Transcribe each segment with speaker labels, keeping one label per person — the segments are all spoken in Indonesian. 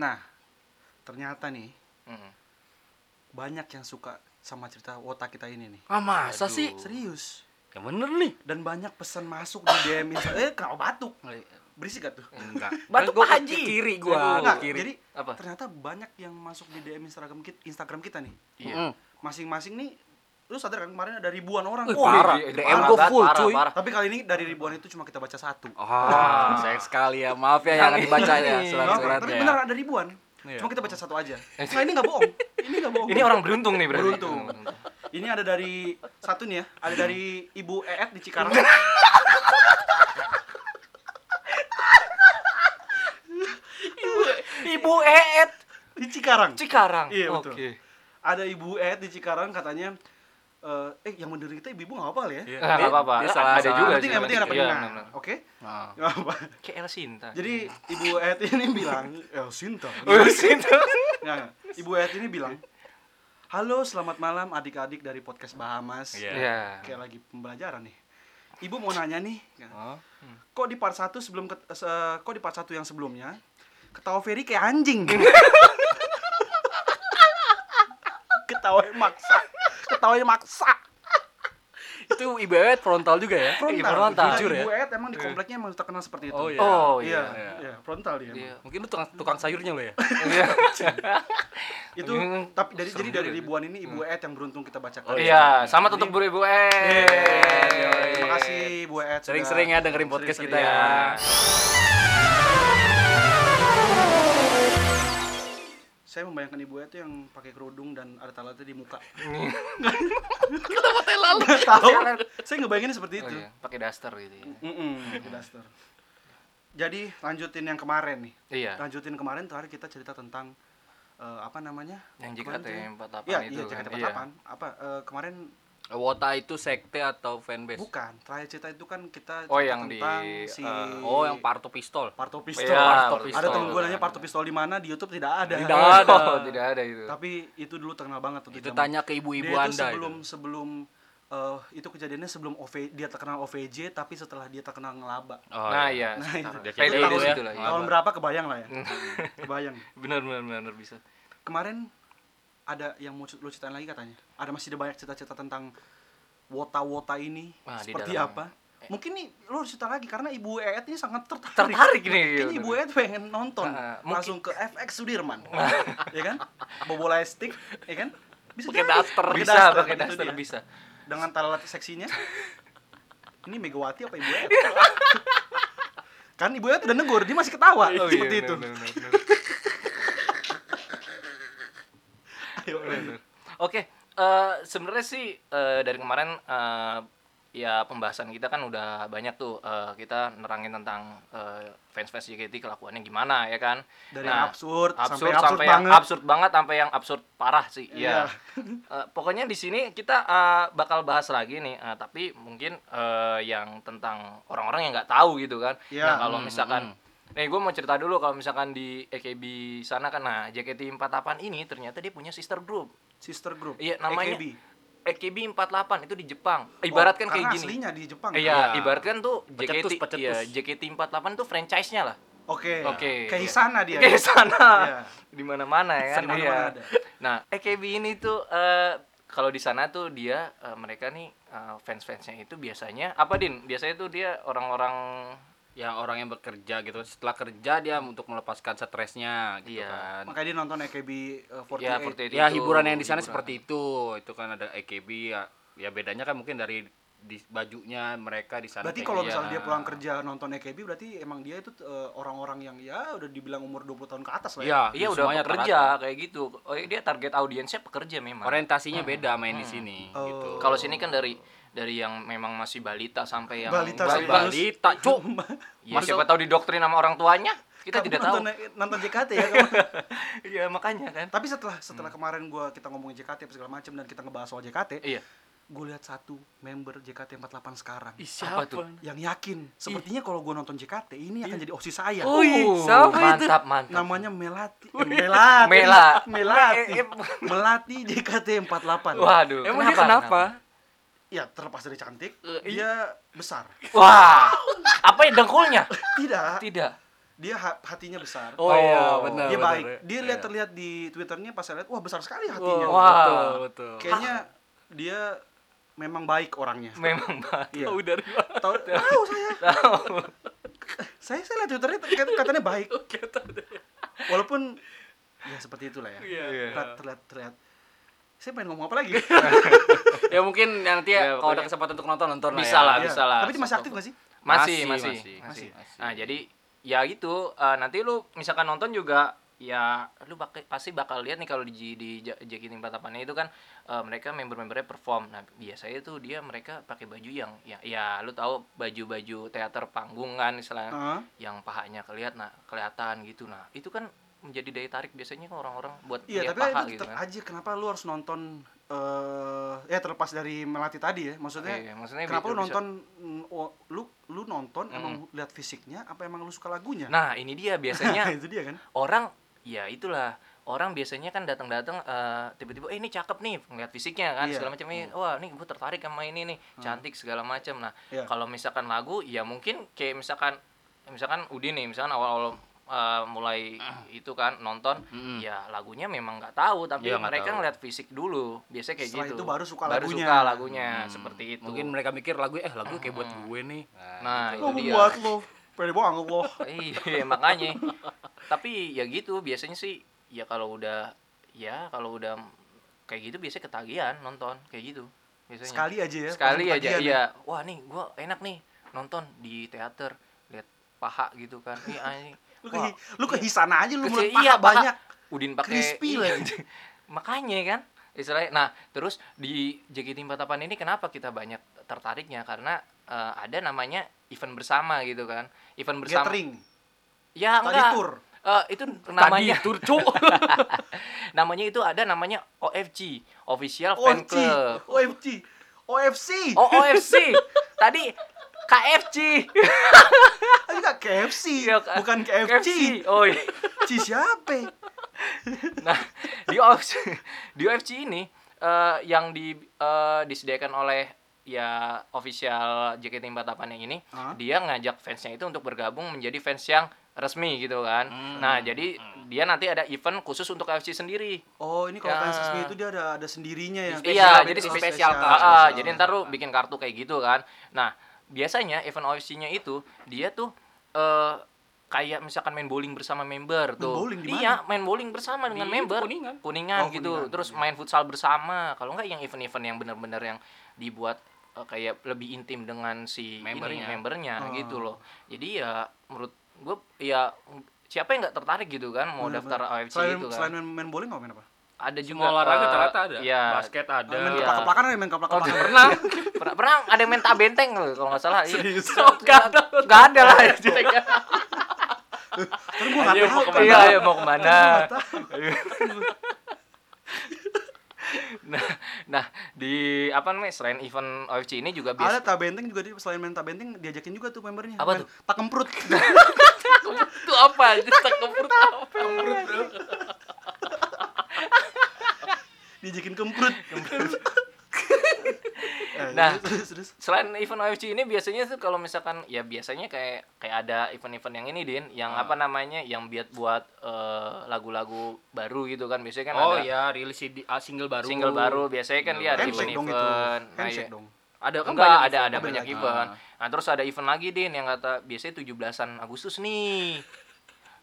Speaker 1: Nah, ternyata nih
Speaker 2: Mm.
Speaker 1: banyak yang suka sama cerita otak kita ini nih.
Speaker 2: Ah masa sih?
Speaker 1: Serius.
Speaker 2: Ya bener nih. Oh,
Speaker 1: Dan banyak pesan masuk di DM Insta- Eh, kau batuk.
Speaker 2: iya.
Speaker 1: Berisik gak tuh?
Speaker 3: Enggak.
Speaker 2: Batu Iya.
Speaker 3: Gua
Speaker 2: Pak
Speaker 3: ke
Speaker 2: Haji.
Speaker 3: Kiri gua,
Speaker 2: Aduh.
Speaker 3: ke
Speaker 1: Enggak,
Speaker 3: kiri.
Speaker 1: jadi
Speaker 2: Eh, oh, Apa?
Speaker 1: ternyata banyak yang masuk di DM Instagram kita, Instagram kita nih.
Speaker 3: Iya.
Speaker 2: Mm.
Speaker 1: Masing-masing nih lu sadar kan kemarin ada ribuan orang.
Speaker 2: Wih,
Speaker 1: Wah,
Speaker 2: parah.
Speaker 3: iya,
Speaker 2: DM
Speaker 3: parah
Speaker 2: gua
Speaker 3: banget,
Speaker 2: full
Speaker 3: parah,
Speaker 2: cuy.
Speaker 3: parah.
Speaker 1: Tapi kali ini dari ribuan itu cuma kita baca satu.
Speaker 2: Ah,
Speaker 3: sayang sekali ya. Maaf ya yang akan dibaca ya
Speaker 1: Nah, tapi
Speaker 3: surat-suratnya.
Speaker 2: ya.
Speaker 1: benar ada ribuan.
Speaker 3: Iya.
Speaker 1: Cuma kita baca satu aja.
Speaker 2: Eh.
Speaker 1: Nah, ini nggak bohong. Ini nggak bohong.
Speaker 3: Ini orang beruntung nih berarti.
Speaker 1: Iya, beruntung. Ini ada dari satu nih ya, ada dari Ibu Eet di Cikarang.
Speaker 3: Ibu Eet
Speaker 1: di Cikarang.
Speaker 3: Cikarang.
Speaker 1: Iya, betul.
Speaker 3: Oke.
Speaker 1: Ada Ibu Eet di Cikarang katanya eh, eh yang bener kita ibu-ibu nggak apa ya?
Speaker 3: Iya,
Speaker 2: Nggak
Speaker 3: dia-
Speaker 2: apa-apa.
Speaker 3: dia salah-
Speaker 2: Ada
Speaker 3: salah.
Speaker 2: juga
Speaker 1: Yang penting, yang penting ada
Speaker 2: Iya,
Speaker 1: pendengar,
Speaker 2: benar-benar.
Speaker 1: oke?
Speaker 3: Nah.
Speaker 1: Nggak apa.
Speaker 3: Kayak El Sinta.
Speaker 1: Jadi Ibu Eet ini bilang, eh Sinta.
Speaker 3: El Sinta.
Speaker 1: Nggak, nggak. Ibu Eet ini bilang, halo selamat malam adik-adik dari podcast Bahamas.
Speaker 3: Iya.
Speaker 2: Kan.
Speaker 1: Kayak lagi pembelajaran nih. Ibu mau nanya nih, ya.
Speaker 3: Oh.
Speaker 1: kok di part 1 sebelum ke, se- kok di part 1 yang sebelumnya ketawa Ferry kayak anjing ketawa maksa ketawa maksa
Speaker 3: Itu Ibu Eet frontal juga ya? Iya, frontal.
Speaker 1: Jujur
Speaker 3: Jujur ya.
Speaker 1: Ibu Ed emang di kompleknya emang terkenal seperti itu
Speaker 3: Oh, iya.
Speaker 2: Oh
Speaker 1: iya,
Speaker 2: iya.
Speaker 1: iya, frontal dia emang.
Speaker 3: Mungkin lu tukang, tukang sayurnya lo ya?
Speaker 2: Iya.
Speaker 1: itu
Speaker 3: Iya.
Speaker 2: Hmm.
Speaker 1: tapi dari jadi dari
Speaker 2: juga.
Speaker 1: ribuan ini
Speaker 3: Hmm.
Speaker 1: Ibu Ed yang beruntung kita bacakan Iya,
Speaker 2: Iya, sama tutup buru ibu eh.
Speaker 1: terima kasih Ibu Ed sudah-
Speaker 3: Sering-sering ya dengerin podcast kita
Speaker 1: Sering-sering
Speaker 3: ya.
Speaker 1: saya membayangkan Ibu Ed tuh yang pakai kerudung dan ada talatnya di muka
Speaker 2: Kenapa telal?
Speaker 1: Nggak tahu saya ngebayanginnya seperti
Speaker 2: Oh
Speaker 1: itu
Speaker 2: iya, pakai daster gitu. ya.
Speaker 1: Mm-mm, ke daster. Jadi lanjutin yang kemarin nih.
Speaker 2: Iya.
Speaker 1: Lanjutin kemarin terakhir kita cerita tentang eh, apa namanya?
Speaker 2: Yang
Speaker 1: Kemarin
Speaker 2: JKT
Speaker 1: tuh ya.
Speaker 2: 48
Speaker 1: Iya,
Speaker 2: itu
Speaker 1: iya,
Speaker 2: kan,
Speaker 1: JKT
Speaker 2: iya.
Speaker 1: 48. Apa eh, kemarin
Speaker 3: Wota itu sekte atau fanbase?
Speaker 1: bukan. Terakhir cerita itu kan kita cerita
Speaker 2: Oh, yang di,
Speaker 1: tentang si
Speaker 2: eh,
Speaker 3: Oh, yang parto pistol.
Speaker 1: Parto Pistol.
Speaker 2: Iya,
Speaker 3: Parto
Speaker 1: Ada
Speaker 3: Pistol.
Speaker 1: temen gue nanya Parto Pistol di mana di YouTube tidak ada.
Speaker 3: Tidak ada.
Speaker 2: Oh, tidak ada itu.
Speaker 1: Tapi itu dulu terkenal banget tuh di
Speaker 3: Iya. Itu
Speaker 1: zaman-
Speaker 3: tanya ke ibu-ibu
Speaker 1: dia itu
Speaker 3: Anda.
Speaker 1: sebelum sebelum eh, itu kejadiannya sebelum OV, dia terkenal OVJ tapi setelah dia terkenal ngelaba.
Speaker 3: Oh,
Speaker 2: nah, iya.
Speaker 1: Nah, itu.
Speaker 2: sekitar-
Speaker 3: kayak
Speaker 2: PD
Speaker 3: gitu
Speaker 1: tahun,
Speaker 3: ya. Hmm.
Speaker 2: situ lah, iya.
Speaker 1: tahun berapa kebayang lah ya. kebayang.
Speaker 2: Benar benar benar bisa.
Speaker 1: Kemarin ada yang mau lu ceritain lagi katanya. Ada masih ada banyak cerita-cerita tentang wota-wota ini
Speaker 2: Wah, di
Speaker 1: seperti
Speaker 2: dalam. Eh.
Speaker 1: apa. Mungkin nih lu harus cerita lagi karena Ibu Eet ini sangat tertarik.
Speaker 2: Tertarik nih, iya,
Speaker 1: Ini Ibu Eet pengen nonton
Speaker 2: Nah, mungkin-
Speaker 1: langsung ke FX Sudirman. ya kan? Bobo stick, ya kan? Bisa
Speaker 3: Pakai
Speaker 1: jadi.
Speaker 3: daster,
Speaker 1: Pakai
Speaker 2: Bisa pakai
Speaker 1: itu
Speaker 2: daster
Speaker 1: dia.
Speaker 2: bisa.
Speaker 1: Dengan talat seksinya. Ini Megawati apa Ibu Eet? kan Ibu Eet udah negur, dia masih ketawa
Speaker 2: Oh, iya,
Speaker 1: seperti
Speaker 2: benar,
Speaker 1: itu.
Speaker 2: benar, benar, benar.
Speaker 1: Ayo, lanjut.
Speaker 2: Oke, eh, sebenarnya sih eh, dari kemarin eh, ya pembahasan kita kan udah banyak tuh eh, kita nerangin tentang eh, fans-fans JKT kelakuannya gimana ya kan.
Speaker 1: dari
Speaker 2: Nah,
Speaker 1: absurd, sampai
Speaker 2: absurd
Speaker 1: absurd,
Speaker 2: sampai yang
Speaker 1: banget.
Speaker 2: absurd banget sampai yang absurd parah sih.
Speaker 1: Iya.
Speaker 2: Iya. Eh, pokoknya di sini kita eh, bakal bahas lagi nih, eh, tapi mungkin eh, yang tentang orang-orang yang nggak tahu gitu kan.
Speaker 1: Iya.
Speaker 2: Nah, kalau misalkan Nih gue mau cerita dulu kalau misalkan di EKB sana kan nah JKT48 ini ternyata dia punya sister group.
Speaker 1: Sister group.
Speaker 2: Iya, namanya
Speaker 1: AKB.
Speaker 2: EKB 48 itu di Jepang. Ibaratkan
Speaker 1: Oh,
Speaker 2: kayak
Speaker 1: karena
Speaker 2: gini.
Speaker 1: aslinya di Jepang. kan?
Speaker 2: Iya,
Speaker 3: Iya.
Speaker 2: ibaratkan tuh JKT
Speaker 3: Pecetus, pecetus.
Speaker 2: iya, JKT 48 tuh franchise-nya lah.
Speaker 1: Oke.
Speaker 2: Oke.
Speaker 1: Ke Hisana dia.
Speaker 2: Kayak sana.
Speaker 1: Iya.
Speaker 2: Di mana-mana ya kan.
Speaker 1: Di mana-mana
Speaker 2: Iya.
Speaker 1: ada.
Speaker 2: Nah, EKB ini tuh eh, kalau di sana tuh dia eh, mereka nih eh, fans-fansnya itu biasanya apa Din? Biasanya tuh dia orang-orang
Speaker 3: Yang orang yang bekerja gitu. Setelah kerja dia untuk melepaskan stresnya gitu
Speaker 2: Iya.
Speaker 3: kan.
Speaker 1: Makanya dia nonton AKB eh, 48.
Speaker 2: ya seperti
Speaker 3: Ya hiburan yang di sana seperti itu. Itu kan ada EKB ya. Ya bedanya kan mungkin dari di bajunya mereka di sana.
Speaker 1: Berarti
Speaker 3: kayak kan.
Speaker 1: kalau
Speaker 2: iya.
Speaker 3: gimana.
Speaker 1: misalnya dia pulang kerja nonton AKB berarti emang dia itu eh, orang-orang yang ya udah dibilang umur 20 tahun ke atas lah ya.
Speaker 3: Iya,
Speaker 2: Iya udah
Speaker 3: semuanya
Speaker 2: pekerja
Speaker 3: teratur.
Speaker 2: kayak gitu. Oh, dia target audiensnya pekerja memang.
Speaker 3: Orientasinya beda main
Speaker 1: Hmm.
Speaker 3: di sini
Speaker 1: Oh.
Speaker 3: gitu.
Speaker 2: Hmm. Kalau sini kan dari dari yang memang masih balita sampai yang
Speaker 1: Balita
Speaker 2: ba-
Speaker 1: sampai
Speaker 2: ba-
Speaker 1: balus.
Speaker 3: balita, cuk.
Speaker 2: Ya, siapa tahu didoktrin sama orang tuanya? Kita
Speaker 1: Kamu
Speaker 2: tidak tahu.
Speaker 1: nonton, Nonton JKT ya kamu.
Speaker 2: Iya, makanya kan.
Speaker 1: Tapi setelah setelah kemarin gua kita ngomongin JKT apa segala macam dan kita ngebahas soal JKT,
Speaker 2: Iya.
Speaker 1: gue lihat satu member JKT48 sekarang.
Speaker 2: siapa tuh?
Speaker 1: yang yakin sepertinya kalau gue nonton JKT ini akan
Speaker 2: Iya.
Speaker 1: jadi opsi saya
Speaker 2: Oh,
Speaker 3: Wih,
Speaker 2: Uh,
Speaker 3: siapa itu?
Speaker 2: mantap, mantap.
Speaker 1: namanya Melati eh, Melati
Speaker 2: Mela.
Speaker 1: Melati
Speaker 2: Eh, eh,
Speaker 1: Melati JKT 48
Speaker 2: Waduh.
Speaker 3: Emang dia kenapa?
Speaker 1: ya terlepas dari cantik
Speaker 2: Eh,
Speaker 1: dia besar
Speaker 2: Wah. Apa ya dengkulnya?
Speaker 1: tidak
Speaker 2: Tidak.
Speaker 1: dia ha- hatinya besar.
Speaker 3: Oh, iya, benar,
Speaker 1: dia
Speaker 3: benar,
Speaker 1: baik.
Speaker 3: ya.
Speaker 2: Iya.
Speaker 1: Dia lihat terlihat di Twitternya pas saya lihat, wah besar sekali hatinya. Gitu.
Speaker 2: Wah.
Speaker 3: betul, betul.
Speaker 1: Kayaknya dia memang baik orangnya.
Speaker 2: Memang Pak.
Speaker 1: Iya.
Speaker 2: Tahu dari mana?
Speaker 1: Tahu tahu saya. saya saya lihat Twitternya kat- katanya baik. Walaupun ya seperti itulah ya.
Speaker 3: Iya.
Speaker 1: Terlihat terlihat terlihat. Saya pengen ngomong apa lagi?
Speaker 3: ya mungkin nanti ya,
Speaker 2: Ya,
Speaker 3: kalau
Speaker 2: pokoknya.
Speaker 3: ada kesempatan untuk nonton nonton
Speaker 2: Bisa lah.
Speaker 3: lah. ya.
Speaker 1: Iya.
Speaker 2: bisa lah.
Speaker 1: Tapi dia masih aktif gak sih?
Speaker 2: Masih,
Speaker 3: Masih,
Speaker 2: masih,
Speaker 3: masih,
Speaker 2: masih,
Speaker 1: masih.
Speaker 2: Nah, jadi ya gitu. eh, nanti lu misalkan nonton juga ya lu bak- pasti bakal lihat nih kalau di J- di J- JKT48 itu kan eh, mereka member-membernya perform. Nah, biasanya tuh dia mereka pakai baju yang ya ya lu tahu baju-baju teater panggung kan misalnya
Speaker 1: Heeh.
Speaker 2: yang pahanya kelihatan nah, kelihatan gitu. Nah, itu kan menjadi daya tarik biasanya kan orang-orang buat
Speaker 1: Iya,
Speaker 2: lihat
Speaker 1: tapi
Speaker 2: paha
Speaker 1: itu
Speaker 2: gitu
Speaker 1: tetap
Speaker 2: kan.
Speaker 1: aja kenapa lu harus nonton eh ya terlepas dari melatih tadi ya. Maksudnya
Speaker 2: Iya, maksudnya
Speaker 1: kenapa lu
Speaker 2: bisa- Hmm.
Speaker 1: nonton mm, oh, lu lu nonton emang lihat fisiknya apa emang lu suka lagunya?
Speaker 2: Nah, ini dia biasanya
Speaker 1: itu dia kan.
Speaker 2: orang ya itulah orang biasanya kan datang-datang eh, tiba-tiba eh ini cakep nih ngeliat fisiknya kan
Speaker 1: Iya. Hmm.
Speaker 2: segala macam "Eh, wah nih gue tertarik sama ini nih cantik segala macam nah
Speaker 1: Iya.
Speaker 2: kalau misalkan lagu ya mungkin kayak misalkan misalkan Udin nih misalkan awal-awal eh, mulai itu kan nonton
Speaker 1: Hmm.
Speaker 2: ya lagunya memang nggak tahu tapi
Speaker 3: Iya, nggak
Speaker 2: mereka
Speaker 3: tahu.
Speaker 2: ngeliat fisik dulu biasanya kayak
Speaker 1: Setelah
Speaker 2: gitu
Speaker 1: itu baru suka
Speaker 2: baru
Speaker 1: lagunya. Hmm.
Speaker 2: suka lagunya seperti itu
Speaker 3: Hmm.
Speaker 2: Hmm.
Speaker 3: Mungkin mereka mikir lagu eh lagu kayak buat gue nih.
Speaker 2: Nah,
Speaker 3: gitu.
Speaker 1: Lu
Speaker 2: itu dia.
Speaker 1: Oh, buat lu. Pede banget lu.
Speaker 2: iya makanya tapi ya gitu biasanya sih ya kalau udah ya kalau udah kayak gitu biasanya ketagihan nonton kayak gitu biasanya
Speaker 1: Sekali aja ya.
Speaker 2: sekali
Speaker 1: langsung
Speaker 2: aja
Speaker 1: ketagihan ya.
Speaker 2: iya wah nih gua enak nih nonton di teater lihat paha gitu kan Ih, anjing.
Speaker 1: ya. Lu ke
Speaker 2: Wah,
Speaker 1: lu ke hisana aja lu mulai
Speaker 2: Kece-
Speaker 1: paha
Speaker 2: iya, paha.
Speaker 1: banyak.
Speaker 2: udin pakai
Speaker 1: crispy
Speaker 2: iya,
Speaker 1: lagi.
Speaker 2: makanya kan istilahnya nah terus di JKT48 ini kenapa kita banyak tertariknya karena eh, ada namanya event bersama gitu kan event bersama
Speaker 1: Gathering.
Speaker 2: ya
Speaker 1: Tadi
Speaker 2: enggak
Speaker 1: tour.
Speaker 2: Eh, itu namanya namanya itu ada namanya OFG official fan
Speaker 1: OFC.
Speaker 2: club
Speaker 1: OFC. OFC.
Speaker 2: oh OFC tadi KFC
Speaker 1: Ayo enggak KFC.
Speaker 2: Iya, Kak.
Speaker 1: Bukan KFC.
Speaker 2: oh iya.
Speaker 1: Ci siapa?
Speaker 2: nah di OFC di OFC ini eh, yang di eh, disediakan oleh ya official JKT48 yang ini
Speaker 1: Hah?
Speaker 2: dia ngajak fansnya itu untuk bergabung menjadi fans yang resmi gitu kan
Speaker 1: Hmm.
Speaker 2: nah jadi dia nanti ada event khusus untuk OFC sendiri
Speaker 1: Oh, ini kalau
Speaker 2: Ya.
Speaker 1: fans resmi itu dia ada ada sendirinya ya.
Speaker 2: Iya, jadi
Speaker 1: Oh,
Speaker 2: spesial.
Speaker 1: card.
Speaker 2: Ah, ah, jadi ntar lu bikin kartu kayak gitu kan. Nah, biasanya event OFC-nya itu dia tuh eh kayak misalkan main bowling bersama member tuh.
Speaker 1: bowling di
Speaker 2: Iya, main bowling bersama dengan
Speaker 3: Di
Speaker 2: member.
Speaker 3: Kuningan.
Speaker 1: Oh,
Speaker 2: gitu.
Speaker 1: Kuningan,
Speaker 2: Terus main futsal bersama. Kalau nggak yang event-event yang benar-benar yang dibuat eh, kayak lebih intim dengan si ini,
Speaker 3: Membernya.
Speaker 2: membernya
Speaker 1: Oh.
Speaker 2: gitu loh. Jadi ya menurut gue ya siapa yang nggak tertarik gitu kan mau
Speaker 1: Bener,
Speaker 2: daftar
Speaker 1: bener.
Speaker 2: OFC
Speaker 1: selain,
Speaker 2: gitu kan.
Speaker 1: Selain main, main bowling apa main apa?
Speaker 2: ada juga
Speaker 3: Semua olahraga
Speaker 2: eh,
Speaker 3: ternyata ada.
Speaker 2: Iya.
Speaker 3: Basket ada.
Speaker 1: main
Speaker 2: Iya.
Speaker 1: keplak-keplakan ada yang main keplak-keplakan.
Speaker 2: pernah pernah pernah ada yang main tak benteng loh kalau nggak salah iya.
Speaker 1: Serius?
Speaker 2: nggak ada nggak ada lah ya,
Speaker 1: Kan gua enggak
Speaker 3: Ayo,
Speaker 1: tahu.
Speaker 3: mau
Speaker 1: kan.
Speaker 3: kemana?
Speaker 2: iya iya mau kemana nah nah di apa namanya selain event OFC ini juga
Speaker 1: Ada
Speaker 2: biasa
Speaker 1: tabenteng juga dia selain main tabenteng diajakin juga tuh membernya.
Speaker 2: Apa
Speaker 1: Main
Speaker 2: tuh?
Speaker 1: Tak kemprut.
Speaker 2: itu apa aja tak kemprut apa
Speaker 1: diajakin kemprut. Eh,
Speaker 2: Nah.
Speaker 1: terus terus.
Speaker 2: selain event OFC ini biasanya tuh kalau misalkan ya biasanya kayak kayak ada event-event yang ini din yang apa namanya yang buat buat eh, lagu-lagu baru gitu kan biasanya kan
Speaker 3: Oh
Speaker 2: ada
Speaker 3: ya, rilis CD ah, single baru.
Speaker 2: single baru biasanya kan dia ada
Speaker 1: Handshake dong itu.
Speaker 2: event-event Nah,
Speaker 1: Handshake
Speaker 2: iya.
Speaker 1: dong.
Speaker 2: ada
Speaker 3: Kan
Speaker 2: enggak
Speaker 3: banyak
Speaker 2: ada
Speaker 3: event.
Speaker 2: ada
Speaker 1: Ada
Speaker 2: banyak
Speaker 1: lagi. Ah.
Speaker 2: event nah terus ada event lagi din yang kata biasanya 17-an Agustus nih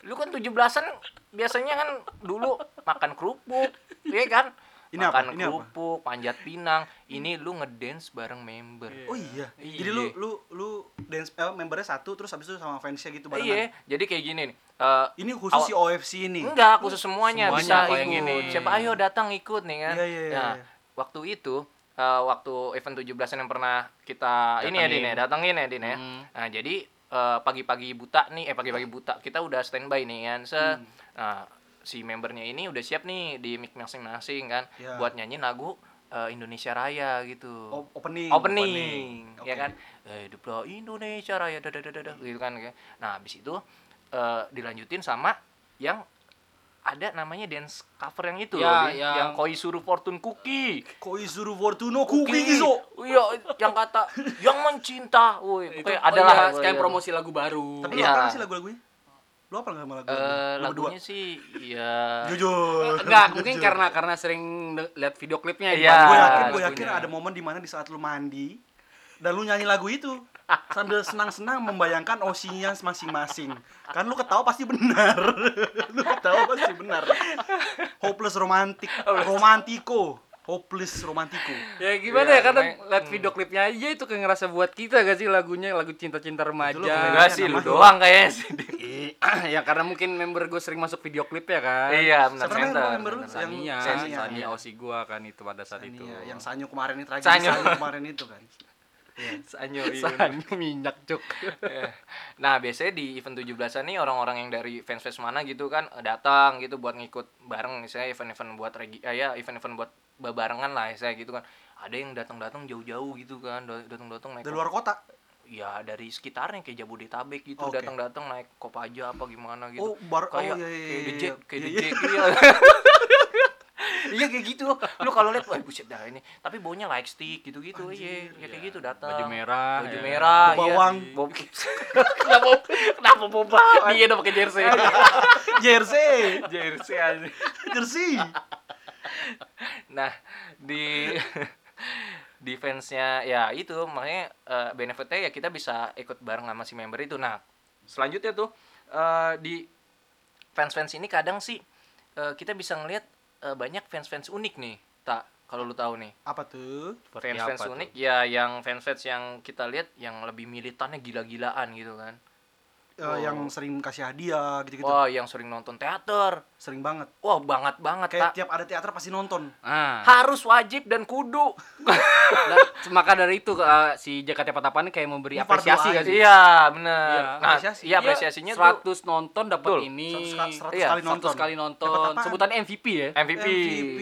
Speaker 2: lu kan 17-an biasanya kan dulu makan kerupuk iya kan
Speaker 1: Ini apa?
Speaker 2: makan
Speaker 1: Ini apa?
Speaker 2: kerupuk panjat pinang ini lu ngedance bareng member
Speaker 1: Oh iya.
Speaker 2: Iya.
Speaker 1: Jadi lu lu lu dance eh, membernya satu terus habis itu sama fansnya gitu barengan.
Speaker 2: iya jadi kayak gini nih Eh,
Speaker 1: Ini khusus
Speaker 2: Awal-
Speaker 1: si OFC ini.
Speaker 2: Enggak, khusus semuanya,
Speaker 3: Semuanya
Speaker 2: bisa
Speaker 3: kok
Speaker 2: ikut.
Speaker 3: yang ini.
Speaker 2: Siapa ayo datang ikut nih kan.
Speaker 1: Iya, iya, iya,
Speaker 2: Nah,
Speaker 1: iya.
Speaker 2: waktu itu eh, waktu event 17-an yang pernah kita ini ya
Speaker 3: Datengin.
Speaker 2: Din ya, datengin ya Din ya.
Speaker 3: Hmm.
Speaker 2: Nah, jadi eh, pagi-pagi buta nih, eh pagi-pagi buta kita udah standby nih kan. Se
Speaker 1: Hmm.
Speaker 2: nah, si membernya ini udah siap nih di mic masing-masing kan
Speaker 1: Iya. Oh,
Speaker 2: buat nyanyi lagu eh, Indonesia Raya gitu
Speaker 1: O- opening.
Speaker 2: opening,
Speaker 1: Oke.
Speaker 2: ya kan eh hiduplah Indonesia raya dadadadada gitu kan kayak. nah habis itu eh, dilanjutin sama yang ada namanya dance cover yang itu
Speaker 3: Ya,
Speaker 2: Din.
Speaker 3: yang-
Speaker 2: yang koi suruh fortune cookie
Speaker 1: Koi suruh Fortuno Kuki Izo.
Speaker 2: iya yang kata yang mencinta woi
Speaker 3: Itu
Speaker 2: pokoknya
Speaker 3: ada
Speaker 2: adalah gitu. Eh,
Speaker 3: sekalian promosi lagu baru.
Speaker 1: Oh, iya. Tapi
Speaker 2: Iya.
Speaker 1: lu apa sih lagu-lagunya? Lu apa nggak malah
Speaker 2: Eh
Speaker 1: gue? Nomor dua.
Speaker 2: lagunya sih ya
Speaker 1: Jujur.
Speaker 3: Enggak, mungkin
Speaker 1: Jujur.
Speaker 3: karena karena sering de- lihat video klipnya ya. di
Speaker 2: Iya.
Speaker 3: mana.
Speaker 1: gue yakin gue
Speaker 2: lagunya.
Speaker 1: yakin ada momen dimana di saat lu mandi dan lu nyanyi lagu itu sambil senang-senang membayangkan osinya masing-masing kan lu ketawa pasti benar lu ketawa pasti benar hopeless romantik romantico hopeless romantico
Speaker 3: Ya gimana
Speaker 2: Iya,
Speaker 3: ya kadang
Speaker 2: emang-
Speaker 3: lihat video klipnya aja itu kayak ngerasa buat kita gak sih lagunya lagu cinta-cinta
Speaker 1: Itu lo
Speaker 3: remaja.
Speaker 2: enggak
Speaker 1: namanya
Speaker 2: sih lu
Speaker 1: apa?
Speaker 2: doang kayaknya sih.
Speaker 3: Ih, ya karena mungkin member gue sering masuk video klipnya kan.
Speaker 2: Iya, benar
Speaker 1: Siapa namanya
Speaker 2: center.
Speaker 1: yang baru?
Speaker 2: benar.
Speaker 3: Sania,
Speaker 1: Sania.
Speaker 3: Sania, Osi gua kan itu pada saat itu.
Speaker 1: Iya, yang Sanyo kemarin itu tragedi
Speaker 2: Sanyo.
Speaker 1: Sanyo. kemarin itu kan
Speaker 2: Sanyo iya, benar.
Speaker 3: Sanyo minyak cuk.
Speaker 2: Nah, biasanya di event 17-an nih orang-orang yang dari fans-fans mana gitu kan eh, datang gitu buat ngikut bareng misalnya event-event buat regi eh, ya event-event buat barengan lah saya gitu kan. Ada yang datang-datang jauh-jauh gitu kan, da- datang-datang naik
Speaker 1: dari luar kota
Speaker 2: ya dari sekitarnya kayak Jabodetabek gitu
Speaker 1: Oke.
Speaker 2: datang-datang naik Kopaja apa gimana
Speaker 1: Oh,
Speaker 2: gitu.
Speaker 1: bar- oh,
Speaker 2: kayak
Speaker 1: iya, iya,
Speaker 2: kayak
Speaker 1: iya,
Speaker 2: The Jack,
Speaker 1: iya.
Speaker 2: kayak
Speaker 1: Iya,
Speaker 2: The
Speaker 1: iya.
Speaker 2: Jack, iya. Iya kayak gitu. Lu kalau lihat wah buset dah ini. Tapi baunya like stick gitu-gitu. Iya, ya kayak gitu datang.
Speaker 3: Baju merah,
Speaker 2: Baju
Speaker 3: ya.
Speaker 2: merah.
Speaker 1: Bau
Speaker 2: iya.
Speaker 1: bawang.
Speaker 2: Bau- kenapa kenapa bau bawang? Dia udah pakai jersey.
Speaker 1: jersey
Speaker 2: jersey aja.
Speaker 1: jersey
Speaker 2: Nah, di di fansnya ya itu makanya eh, benefitnya ya kita bisa ikut bareng sama si member itu. Nah, selanjutnya tuh eh, di fans-fans ini kadang sih eh, kita bisa ngelihat eh, banyak fans-fans unik nih. Tak kalau lu tahu nih.
Speaker 1: apa tuh
Speaker 3: Seperti
Speaker 2: Fans-fans
Speaker 3: apa tuh?
Speaker 2: unik ya yang fans-fans yang kita lihat yang lebih militannya gila-gilaan gitu kan.
Speaker 1: Eh, yang
Speaker 2: Oh.
Speaker 1: sering kasih hadiah
Speaker 3: Gitu.
Speaker 1: gitu-gitu
Speaker 2: Wah, yang sering nonton teater.
Speaker 1: sering banget
Speaker 2: Wah, banget banget,
Speaker 1: kayak
Speaker 2: Tak.
Speaker 1: tiap ada teater pasti nonton
Speaker 3: Ah,
Speaker 2: Harus wajib dan kudu.
Speaker 3: dan- maka dari itu eh, si JKT48 ini kayak memberi
Speaker 1: Ini part
Speaker 3: apresiasi
Speaker 1: dua
Speaker 3: gak sih?
Speaker 2: Iya, benar.
Speaker 3: Iya,
Speaker 2: nah,
Speaker 1: apresiasi.
Speaker 2: iya apresiasinya tuh
Speaker 3: 100 nonton dapat
Speaker 2: Betul.
Speaker 3: ini.
Speaker 1: Seratus ka- seratus
Speaker 2: Iya,
Speaker 1: kali nonton
Speaker 3: 100 kali
Speaker 1: Dapat
Speaker 3: nonton.
Speaker 1: apaan?
Speaker 3: Sebutannya MVP ya.
Speaker 2: MVP.
Speaker 1: MVP.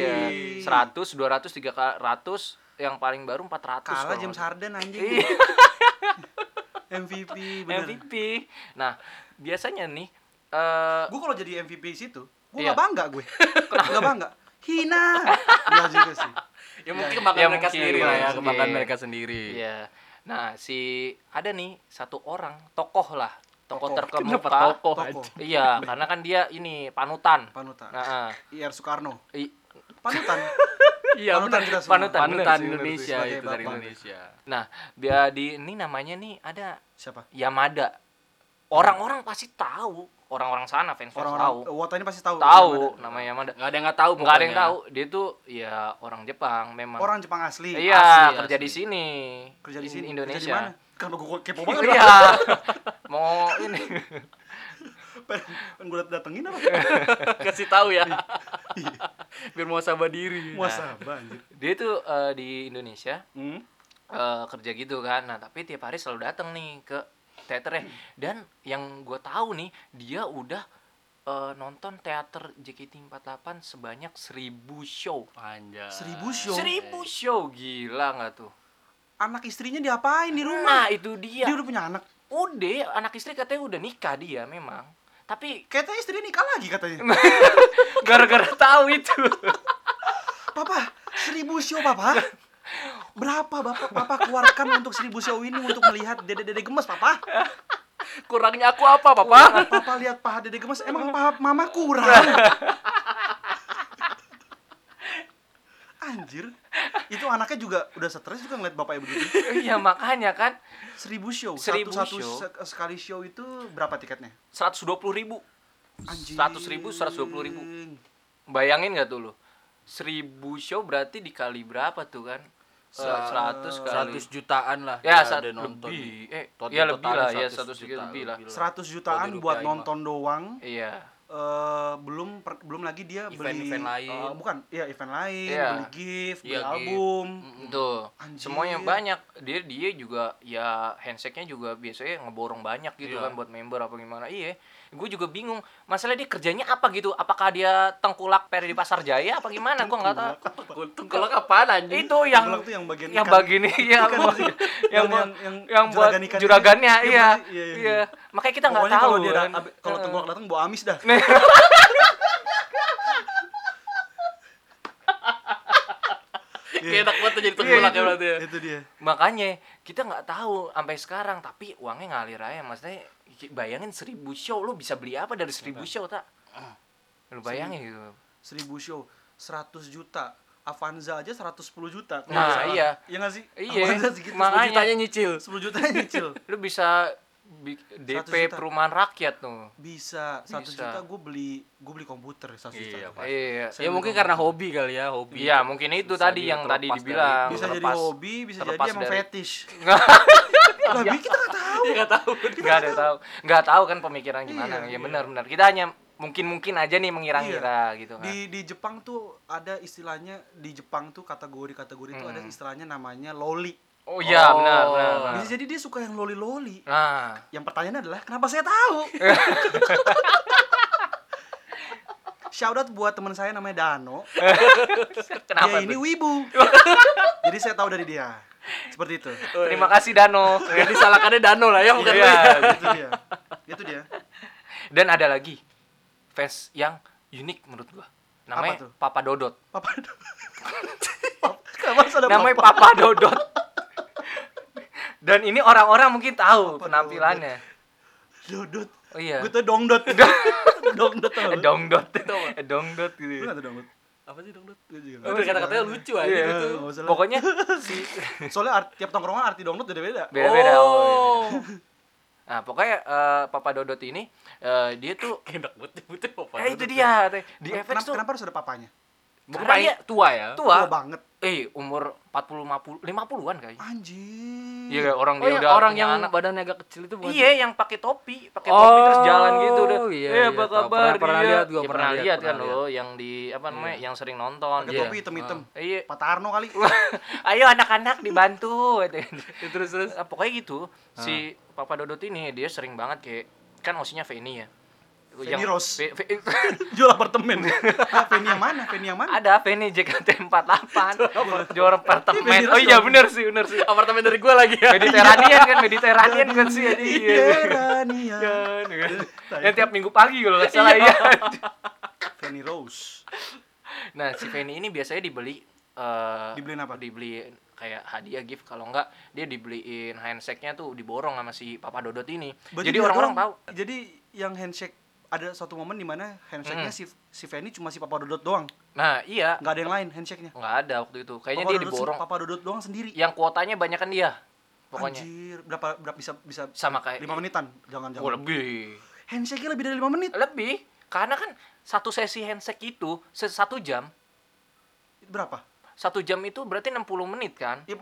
Speaker 2: Iya. 100, 200, 300, yang paling baru
Speaker 1: kalah
Speaker 2: 400. kalau
Speaker 1: James
Speaker 2: nggak salah.
Speaker 1: Harden anjing
Speaker 2: Iya,
Speaker 1: MVP bener
Speaker 2: MVP. Nah, biasanya nih eh
Speaker 1: gue kalau jadi MVP situ gue
Speaker 2: Iya.
Speaker 1: nggak bangga gue nggak bangga hina Iya juga sih
Speaker 3: Ya mungkin kebanggaan
Speaker 2: Ya,
Speaker 3: mereka
Speaker 2: mungkin,
Speaker 3: sendiri lah ya,
Speaker 2: mungkin.
Speaker 3: kebanggaan mereka sendiri.
Speaker 2: iya. Nah, si ada nih satu orang tokoh lah, tokoh
Speaker 1: Tokoh.
Speaker 2: terkemuka.
Speaker 3: Kenapa tokoh
Speaker 1: Tokoh.
Speaker 3: aja?
Speaker 2: Iya, karena kan dia ini panutan.
Speaker 1: panutan
Speaker 2: Nah,
Speaker 1: IR Soekarno
Speaker 2: eh, i-
Speaker 1: panutan
Speaker 3: Iya,
Speaker 1: Panutan
Speaker 3: benar.
Speaker 1: kita semua.
Speaker 2: Panutan, benar sih,
Speaker 3: Panutan
Speaker 2: benar sih,
Speaker 3: Indonesia
Speaker 1: sebagai
Speaker 3: itu dari
Speaker 1: bapak.
Speaker 3: Indonesia.
Speaker 2: nah, dia di ini namanya nih ada
Speaker 1: siapa
Speaker 2: Yamada. Orang-orang pasti tahu, orang-orang sana fans fans
Speaker 1: orang-orang
Speaker 2: tahu.
Speaker 1: Wota ini pasti tahu
Speaker 2: Tahu namanya Yamada.
Speaker 3: Enggak ada yang enggak tahu
Speaker 2: Nggak ada yang
Speaker 3: pokoknya.
Speaker 2: tahu, dia tuh ya orang Jepang memang.
Speaker 1: orang Jepang asli
Speaker 2: iya,
Speaker 3: asli,
Speaker 2: kerja
Speaker 3: asli.
Speaker 2: di sini.
Speaker 1: kerja di
Speaker 2: In-
Speaker 1: sini kerja di mana
Speaker 2: Indonesia.
Speaker 1: kenapa gue kepo banget
Speaker 2: Iya. Mau ini.
Speaker 1: pengen gue Kan datengin apa
Speaker 2: Iya.
Speaker 3: Kasih tahu ya. Biar mau sabar diri.
Speaker 1: muasabah anjir
Speaker 2: Dia tuh eh, di Indonesia
Speaker 1: hmm?
Speaker 2: eh, kerja gitu kan. Nah, tapi tiap hari selalu datang nih ke teaternya. Dan yang gue tahu nih, dia udah eh, nonton teater JKT48 sebanyak 1000 show.
Speaker 3: Anjay.
Speaker 1: Seribu show.
Speaker 2: Seribu show gila nggak tuh?
Speaker 1: anak istrinya diapain di rumah
Speaker 2: Nah itu dia.
Speaker 1: dia udah punya anak
Speaker 2: Udah anak istri katanya udah nikah dia memang. Tapi
Speaker 1: katanya istrinya nikah lagi katanya
Speaker 2: gara-gara tahu itu.
Speaker 1: Papa, seribu show papa. Berapa bapak papa keluarkan untuk seribu show ini untuk melihat dede dede gemes papa?
Speaker 3: Kurangnya aku apa, Papa?
Speaker 1: Papa lihat paha dede gemes emang paha mama kurang. Anjir, itu anaknya juga udah stres juga ngeliat bapaknya begitu.
Speaker 2: Iya makanya kan
Speaker 1: Seribu show,
Speaker 2: Seribu
Speaker 1: satu satu
Speaker 2: show.
Speaker 1: se- sekali show itu berapa tiketnya?
Speaker 2: 120 ribu.
Speaker 1: Anjir.
Speaker 2: 100 ribu, 120 ribu. Bayangin nggak tuh lo? 1000 show berarti dikali berapa tuh kan? Eh, 100 kali.
Speaker 3: 100 jutaan lah.
Speaker 2: Ya,
Speaker 3: ada
Speaker 2: satu lebih. Eh,
Speaker 3: iya,
Speaker 2: ya lebih lah, ya, 100 juta lebih lah.
Speaker 1: 100 jutaan buat nonton doang.
Speaker 2: Iya.
Speaker 1: eh belum per- belum lagi dia beli
Speaker 3: Event-event lain.
Speaker 1: eh, bukan iya event lain
Speaker 2: Iya.
Speaker 1: beli gift beli
Speaker 3: Iya, gift.
Speaker 1: album
Speaker 2: Tuh,
Speaker 1: Anjir.
Speaker 2: semuanya banyak. Dia dia juga ya handshake-nya juga biasanya ngeborong banyak gitu
Speaker 3: Iya.
Speaker 2: kan buat member apa gimana. Iya. Gue juga bingung. Masalah dia kerjanya apa gitu? Apakah dia tengkulak peri di pasar jaya apa gimana? Gua nggak tahu.
Speaker 3: Untung kalau kapan anjing?
Speaker 2: Itu yang
Speaker 1: Tengkulak tuh yang bagian
Speaker 2: yang
Speaker 1: ikan.
Speaker 2: bagian ini yang
Speaker 1: Ikan
Speaker 2: buat-
Speaker 1: maksudnya.
Speaker 2: yang
Speaker 1: Yang-
Speaker 2: buat- yang,
Speaker 1: yang-
Speaker 2: buat
Speaker 1: juragan ikan itu.
Speaker 2: juragannya
Speaker 1: Iya,
Speaker 2: iya.
Speaker 1: pasti. Iya, iya,
Speaker 2: Iya. Makanya kita nggak
Speaker 1: pokoknya
Speaker 2: tahu.
Speaker 1: kalau dia
Speaker 2: kan.
Speaker 1: da- ab- kalau
Speaker 2: Heeh.
Speaker 1: tengkulak datang bawa amis dah
Speaker 2: Nah,
Speaker 3: Kayak Iya, enak banget tuh jadi
Speaker 1: Iya,
Speaker 3: tengkulak ya berarti ya.
Speaker 1: itu dia
Speaker 2: Makanya kita nggak tahu sampai sekarang tapi uangnya ngalir aja maksudnya C- bayangin seribu show lu bisa beli apa dari seribu show tak lu bayangin gitu
Speaker 1: Ah. seribu show 100 juta Avanza aja 110 juta kalau
Speaker 2: Nah,
Speaker 1: nggak salah.
Speaker 2: iya.
Speaker 1: iya nggak sih
Speaker 2: Iya,
Speaker 1: Avanza segitu
Speaker 2: makanya.
Speaker 3: Jutanya nyicil.
Speaker 1: 10 juta yang nyicil
Speaker 2: lu bisa bi- DP
Speaker 1: juta.
Speaker 2: perumahan rakyat tuh
Speaker 1: bisa 1
Speaker 2: Bisa.
Speaker 1: juta gue beli gue beli komputer 100 juta
Speaker 3: Iya, Pak.
Speaker 2: iya
Speaker 1: Saya
Speaker 3: Ya mungkin karena hobi kali ya, hobi.
Speaker 2: Iya, mungkin itu
Speaker 3: Susah
Speaker 2: tadi
Speaker 3: dia
Speaker 2: yang tadi
Speaker 3: terlepas
Speaker 2: dibilang.
Speaker 3: dari-
Speaker 1: bisa jadi
Speaker 2: Terlepas-
Speaker 1: hobi bisa jadi
Speaker 2: terlepas
Speaker 1: emang
Speaker 2: dari-
Speaker 1: fetish Lah, Bi, kita nggak tahu
Speaker 3: Dia nggak tahu.
Speaker 2: nggak ada tahu nggak tahu kan pemikiran gimana
Speaker 1: Iya,
Speaker 2: ya
Speaker 1: iya.
Speaker 2: benar benar kita hanya mungkin mungkin aja nih mengira-ngira gitu kan
Speaker 1: di di Jepang tuh ada istilahnya di Jepang tuh kategori-kategori tuh
Speaker 2: Hmm.
Speaker 1: ada istilahnya namanya loli
Speaker 2: oh iya
Speaker 3: Oh.
Speaker 2: benar benar benar.
Speaker 1: bisa jadi dia suka yang loli loli
Speaker 2: nah
Speaker 1: yang pertanyaannya adalah kenapa saya tahu shout out buat teman saya namanya Dano
Speaker 2: kenapa
Speaker 1: dia Ya, ini
Speaker 2: tuh?
Speaker 1: wibu jadi saya tahu dari dia seperti itu
Speaker 2: terima kasih Dano
Speaker 3: Yang disalahkannya Dano lah ya, bukan
Speaker 2: Iya.
Speaker 3: lu.
Speaker 1: itu dia itu dia
Speaker 2: dan ada lagi fans yang unik menurut gua
Speaker 1: Apa
Speaker 2: namanya
Speaker 1: tuh?
Speaker 2: Papa Dodot
Speaker 1: papa kenapa harus ada
Speaker 2: namanya
Speaker 1: papa
Speaker 2: Papa Dodot dan ini orang-orang mungkin tahu
Speaker 1: Papa
Speaker 2: penampilannya
Speaker 1: dodot
Speaker 2: oh iya
Speaker 1: gue tuh dongdot dongdot tau lu?
Speaker 2: dongdot dongdot gitu
Speaker 1: Lu
Speaker 2: ya.
Speaker 1: nggak tahu dongdot
Speaker 3: Apa sih dong, Dut?
Speaker 1: Gue juga nggak
Speaker 3: Udah kata-katanya lucu aja
Speaker 1: Iya,
Speaker 3: gitu.
Speaker 1: nggak usah lah.
Speaker 2: Eh, pokoknya si
Speaker 1: soalnya art- tiap tongkrongan arti dongdot beda-beda
Speaker 2: beda-beda oh, beda-beda.
Speaker 3: Oh.
Speaker 2: Nah, pokoknya eh, Papa Dodot ini eh, dia tuh
Speaker 3: Enak banget nyebutnya Papa.
Speaker 2: eh itu
Speaker 3: Dodot.
Speaker 2: dia teh. di
Speaker 1: Ken-
Speaker 2: FX
Speaker 1: kenapa,
Speaker 2: tuh
Speaker 1: kenapa harus ada papanya
Speaker 3: Mungkin
Speaker 2: Karena
Speaker 3: paling
Speaker 2: dia-
Speaker 3: tua ya.
Speaker 2: tua.
Speaker 1: tua banget
Speaker 2: Eh, umur 40 50 50-an kayaknya.
Speaker 1: anjing
Speaker 2: Iya, kayak orang
Speaker 3: Oh,
Speaker 2: dia
Speaker 3: iya,
Speaker 2: udah
Speaker 3: orang
Speaker 2: punya
Speaker 3: yang
Speaker 2: anak.
Speaker 3: badannya agak kecil itu bukan?
Speaker 2: Iya, yang pakai topi, pakai topi terus jalan gitu udah.
Speaker 3: iya,
Speaker 2: eh,
Speaker 3: iya,
Speaker 2: apa
Speaker 3: tahu.
Speaker 2: kabar?
Speaker 3: Pernah- pernah
Speaker 2: dia?
Speaker 3: lihat gua,
Speaker 2: Ya,
Speaker 3: pernah lihat,
Speaker 2: kan
Speaker 3: pernah
Speaker 2: lo yang di apa namanya? Yang sering nonton.
Speaker 1: pakai
Speaker 2: Iya.
Speaker 1: topi hitam-hitam Eh,
Speaker 2: Iya.
Speaker 1: Pak Tarno kali
Speaker 2: Ayo anak-anak dibantu. gitu.
Speaker 3: Ya, terus terus.
Speaker 2: Ah, pokoknya gitu si Papa Dodot ini dia sering banget kayak kan osinya Feni ya
Speaker 1: Feni Rose.
Speaker 2: Fe- Fe-
Speaker 1: jual apartemen ah, Feni yang mana Feni yang mana
Speaker 2: ada Feni JKT48 jual apartemen
Speaker 1: Feni Rose
Speaker 2: oh iya
Speaker 1: jual-
Speaker 2: bener sih bener sih
Speaker 3: Apartemen dari gua lagi ya.
Speaker 2: Mediterranean kan Mediterranean kan sih jadi iya.
Speaker 1: Irania
Speaker 2: Kan, kan. yang tiap minggu pagi kalau nggak salah iya
Speaker 1: Feni Rose
Speaker 2: nah si Feni ini biasanya dibeli eh,
Speaker 1: Dibeliin apa?
Speaker 2: dibeliin kayak hadiah gift kalau enggak dia dibeliin handshake-nya tuh diborong sama si Papa Dodot ini
Speaker 1: Berarti
Speaker 2: jadi
Speaker 1: dia
Speaker 2: orang-orang
Speaker 1: doang-
Speaker 2: tahu
Speaker 1: jadi yang handshake ada satu momen di mana handshake-nya
Speaker 2: Hmm.
Speaker 1: si si Feni cuma si Papa Dodot doang
Speaker 2: nah iya
Speaker 1: nggak ada yang lain handshake-nya
Speaker 2: nggak ada waktu itu kayaknya
Speaker 1: Papa
Speaker 2: dia
Speaker 1: Dodot
Speaker 2: diborong
Speaker 1: sen- Papa Dodot doang sendiri
Speaker 2: yang kuotanya banyak kan dia pokoknya
Speaker 1: anjir berapa berapa bisa bisa
Speaker 2: sama kayak
Speaker 1: lima menitan jangan
Speaker 2: Oh,
Speaker 1: jangan
Speaker 2: lebih
Speaker 1: handshake-nya lebih dari lima menit
Speaker 2: lebih karena kan satu sesi handshake itu se- satu jam
Speaker 1: berapa
Speaker 2: satu jam itu berarti 60 menit kan
Speaker 1: Ya,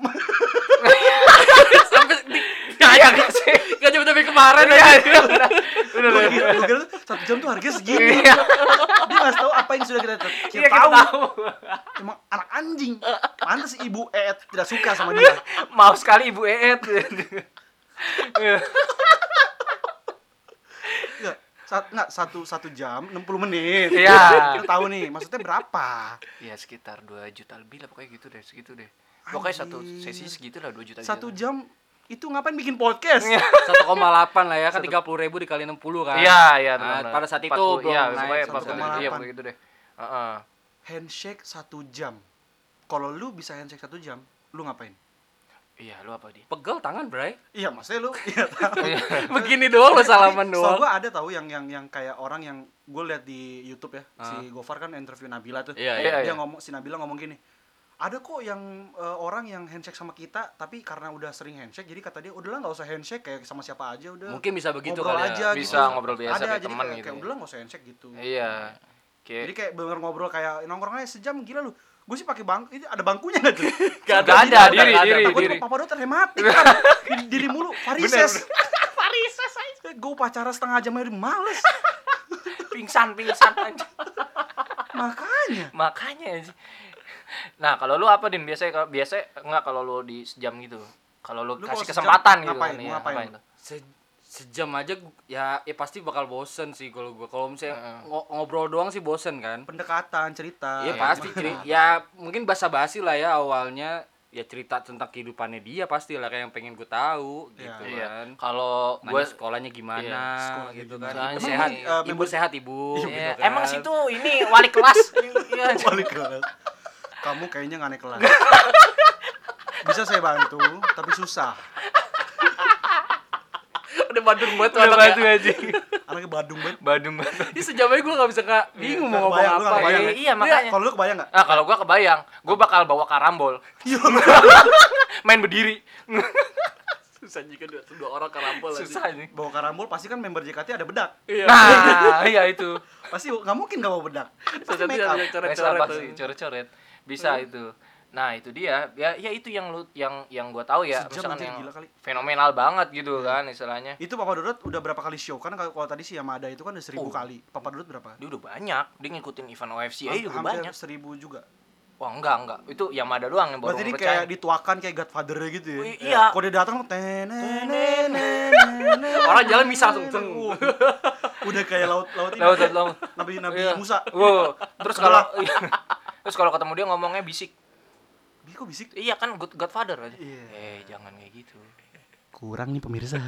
Speaker 3: Sampai di
Speaker 2: iya nggak sih
Speaker 3: enggak jauh tapi kemarin ya.
Speaker 2: Iya,
Speaker 3: aja.
Speaker 2: iya, benar. Benar,
Speaker 1: Gua
Speaker 2: benar.
Speaker 1: kira- gua kira satu jam tuh harganya segini
Speaker 2: Iya,
Speaker 1: dia nggak tahu apa yang sudah kita,
Speaker 2: iya,
Speaker 1: kita
Speaker 2: kita
Speaker 1: tahu
Speaker 2: tahu
Speaker 1: emang anak anjing pantas ibu Eet tidak suka sama dia
Speaker 2: mau sekali ibu Eet
Speaker 1: Enggak, Iya. sat, enggak, satu, satu jam 60 menit
Speaker 2: Iya.
Speaker 1: kita tahu nih maksudnya berapa
Speaker 2: ya sekitar 2 juta lebih lah pokoknya gitu deh segitu deh pokoknya satu sesi
Speaker 1: Anjir.
Speaker 2: segitu lah 2 juta
Speaker 1: satu
Speaker 2: juta.
Speaker 1: jam itu ngapain bikin podcast
Speaker 3: Iya. 1,8 lah ya kan 30 ribu dikali 60 kan.
Speaker 2: Iya, iya.
Speaker 3: Nah,
Speaker 2: benar-benar.
Speaker 3: pada saat itu
Speaker 2: 40,
Speaker 3: belum
Speaker 2: iya,
Speaker 3: naik
Speaker 2: pokoknya
Speaker 1: 1,8.
Speaker 2: 40, iya, pokoknya gitu deh. Heeh.
Speaker 1: handshake satu jam kalau lu bisa handshake satu jam lu ngapain
Speaker 2: Iya, lu apa di?
Speaker 3: Pegel tangan, Bray.
Speaker 1: iya maksudnya lu iya tahu
Speaker 3: Begini doang lo salaman
Speaker 1: Soal
Speaker 3: doang.
Speaker 1: gue ada tahu yang yang yang kayak orang yang gue lihat di YouTube ya si Gofar kan interview Nabila tuh
Speaker 3: Iya,
Speaker 2: iya,
Speaker 1: dia
Speaker 2: iya.
Speaker 1: ngomong si Nabila ngomong gini ada kok yang eh, orang yang handshake sama kita tapi karena udah sering handshake jadi kata dia udahlah nggak usah handshake kayak sama siapa aja udah
Speaker 3: Mungkin bisa begitu
Speaker 1: ngobrol
Speaker 3: kali ya.
Speaker 1: aja
Speaker 2: Bisa
Speaker 1: gitu.
Speaker 2: ngobrol biasa
Speaker 1: ada,
Speaker 2: kayak
Speaker 1: jadi
Speaker 2: teman
Speaker 1: kayak,
Speaker 2: gitu
Speaker 1: kayak
Speaker 2: ya.
Speaker 1: udahlah nggak usah handshake gitu
Speaker 2: Iya. Kayak
Speaker 1: jadi kayak bener ngobrol kayak nongkrong aja sejam gila lu gue sih pakai bangku ini ada bangkunya nggak tuh
Speaker 3: Gak
Speaker 2: Gak ada,
Speaker 3: gak
Speaker 2: diri,
Speaker 3: gak
Speaker 2: diri,
Speaker 1: Takut
Speaker 2: diri.
Speaker 1: papa dokter hematik kan. Diri, diri mulu, varises.
Speaker 2: Parises aja.
Speaker 1: Gue pacaran setengah jam aja udah males.
Speaker 2: Pingsan, pingsan aja.
Speaker 1: Makanya.
Speaker 2: Makanya sih. Nah, kalau lu apa Din biasanya kalau biasanya enggak kalau lu di sejam gitu. Kalau lu,
Speaker 1: Lu kalau
Speaker 2: kasih
Speaker 1: sejam,
Speaker 2: kesempatan gitu
Speaker 1: ngapain?
Speaker 2: kan,
Speaker 1: Mau
Speaker 2: iya,
Speaker 1: ngapain lu?
Speaker 3: Se- sejam aja gu- ya ya pasti bakal bosen sih kalau gua. Kalau misalnya ngo- ngobrol doang sih bosen kan.
Speaker 1: Pendekatan, cerita.
Speaker 3: Iya
Speaker 2: iya,
Speaker 3: pasti
Speaker 1: Gimana?
Speaker 3: ceri ya mungkin basa-basi lah ya awalnya ya cerita tentang kehidupannya dia pasti lah kayak yang pengen gue tahu
Speaker 1: Iya.
Speaker 3: gitu
Speaker 2: Iya.
Speaker 3: kan.
Speaker 2: Kalau
Speaker 3: Nanya
Speaker 2: gua
Speaker 3: sekolahnya gimana
Speaker 2: iya,
Speaker 1: sekolahnya
Speaker 3: gitu
Speaker 1: gimana.
Speaker 3: kan.
Speaker 2: Soalnya
Speaker 3: Ibu sehat,
Speaker 2: ini,
Speaker 1: eh,
Speaker 3: ibu
Speaker 1: member-
Speaker 3: sehat ibu.
Speaker 1: Iya,
Speaker 2: Iya,
Speaker 3: gitu
Speaker 2: emang
Speaker 3: kan.
Speaker 2: situ ini wali kelas. Iya.
Speaker 1: Wali kelas. Kamu kayaknya nggak naik kelas. Bisa saya bantu, tapi susah.
Speaker 3: udah Badung banget tuh
Speaker 2: Udah
Speaker 3: anak
Speaker 2: batu
Speaker 3: ya.
Speaker 2: aja.
Speaker 1: Anaknya Badung banget.
Speaker 2: Badung banget.
Speaker 3: Ini sejam aja gue gak bisa nggak bingung mau ngomong
Speaker 1: Kebayang, lu
Speaker 3: apa.
Speaker 1: Iya, nggak kebayang
Speaker 3: Iya,
Speaker 1: ya?
Speaker 2: Iya, makanya.
Speaker 1: Kalau lu kebayang nggak?
Speaker 2: Nah, kalau gua kebayang, gua bakal bawa karambol.
Speaker 1: Iya.
Speaker 2: Main berdiri.
Speaker 3: Susah jika dua, dua orang kerampol aja.
Speaker 2: Susah nih.
Speaker 1: Bawa karambol pasti kan member JKT ada bedak.
Speaker 3: Iya.
Speaker 2: Nah, iya itu.
Speaker 1: Pasti nggak mungkin nggak bawa bedak. Pasti
Speaker 3: Sejati
Speaker 1: make up.
Speaker 3: ada
Speaker 2: Coret-coret
Speaker 3: coret-coret.
Speaker 2: pasti, coret-coret. Bisa itu. Nah, itu dia. Ya, ya itu yang lu yang yang gua tahu ya,
Speaker 1: Sejam
Speaker 2: misalkan
Speaker 1: anjir,
Speaker 2: yang
Speaker 1: gila kali.
Speaker 2: fenomenal banget gitu kan istilahnya.
Speaker 1: Itu Papa Dodot udah berapa kali show? Kan kalau kalau tadi si Yamada itu kan udah seribu
Speaker 2: Oh.
Speaker 1: kali. Papa Dodot berapa?
Speaker 2: Dia udah banyak, dia ngikutin event OFC aja
Speaker 1: Hampir
Speaker 2: udah iya, banyak.
Speaker 1: seribu juga.
Speaker 2: Wah, enggak, enggak. Itu Yamada doang yang baru
Speaker 1: Berarti ini
Speaker 2: percaya.
Speaker 1: kayak dituakan kayak Godfather gitu ya.
Speaker 2: Oh, i- iya.
Speaker 1: Kalau dia datang tenenenenenen.
Speaker 2: Orang jalan bisa langsung ceng.
Speaker 1: Uh, Udah kayak laut laut ini.
Speaker 2: Laut, laut, laut.
Speaker 1: Nabi Nabi
Speaker 2: Iya.
Speaker 1: Musa.
Speaker 2: Wow. Terus kalau iya.
Speaker 1: Sebelah.
Speaker 2: terus kalau ketemu dia ngomongnya bisik.
Speaker 1: Bi kok bisik?
Speaker 2: Iya kan God- Godfather aja.
Speaker 1: Iya.
Speaker 2: Eh, jangan kayak gitu.
Speaker 1: Kurang nih pemirsa.
Speaker 2: Iya,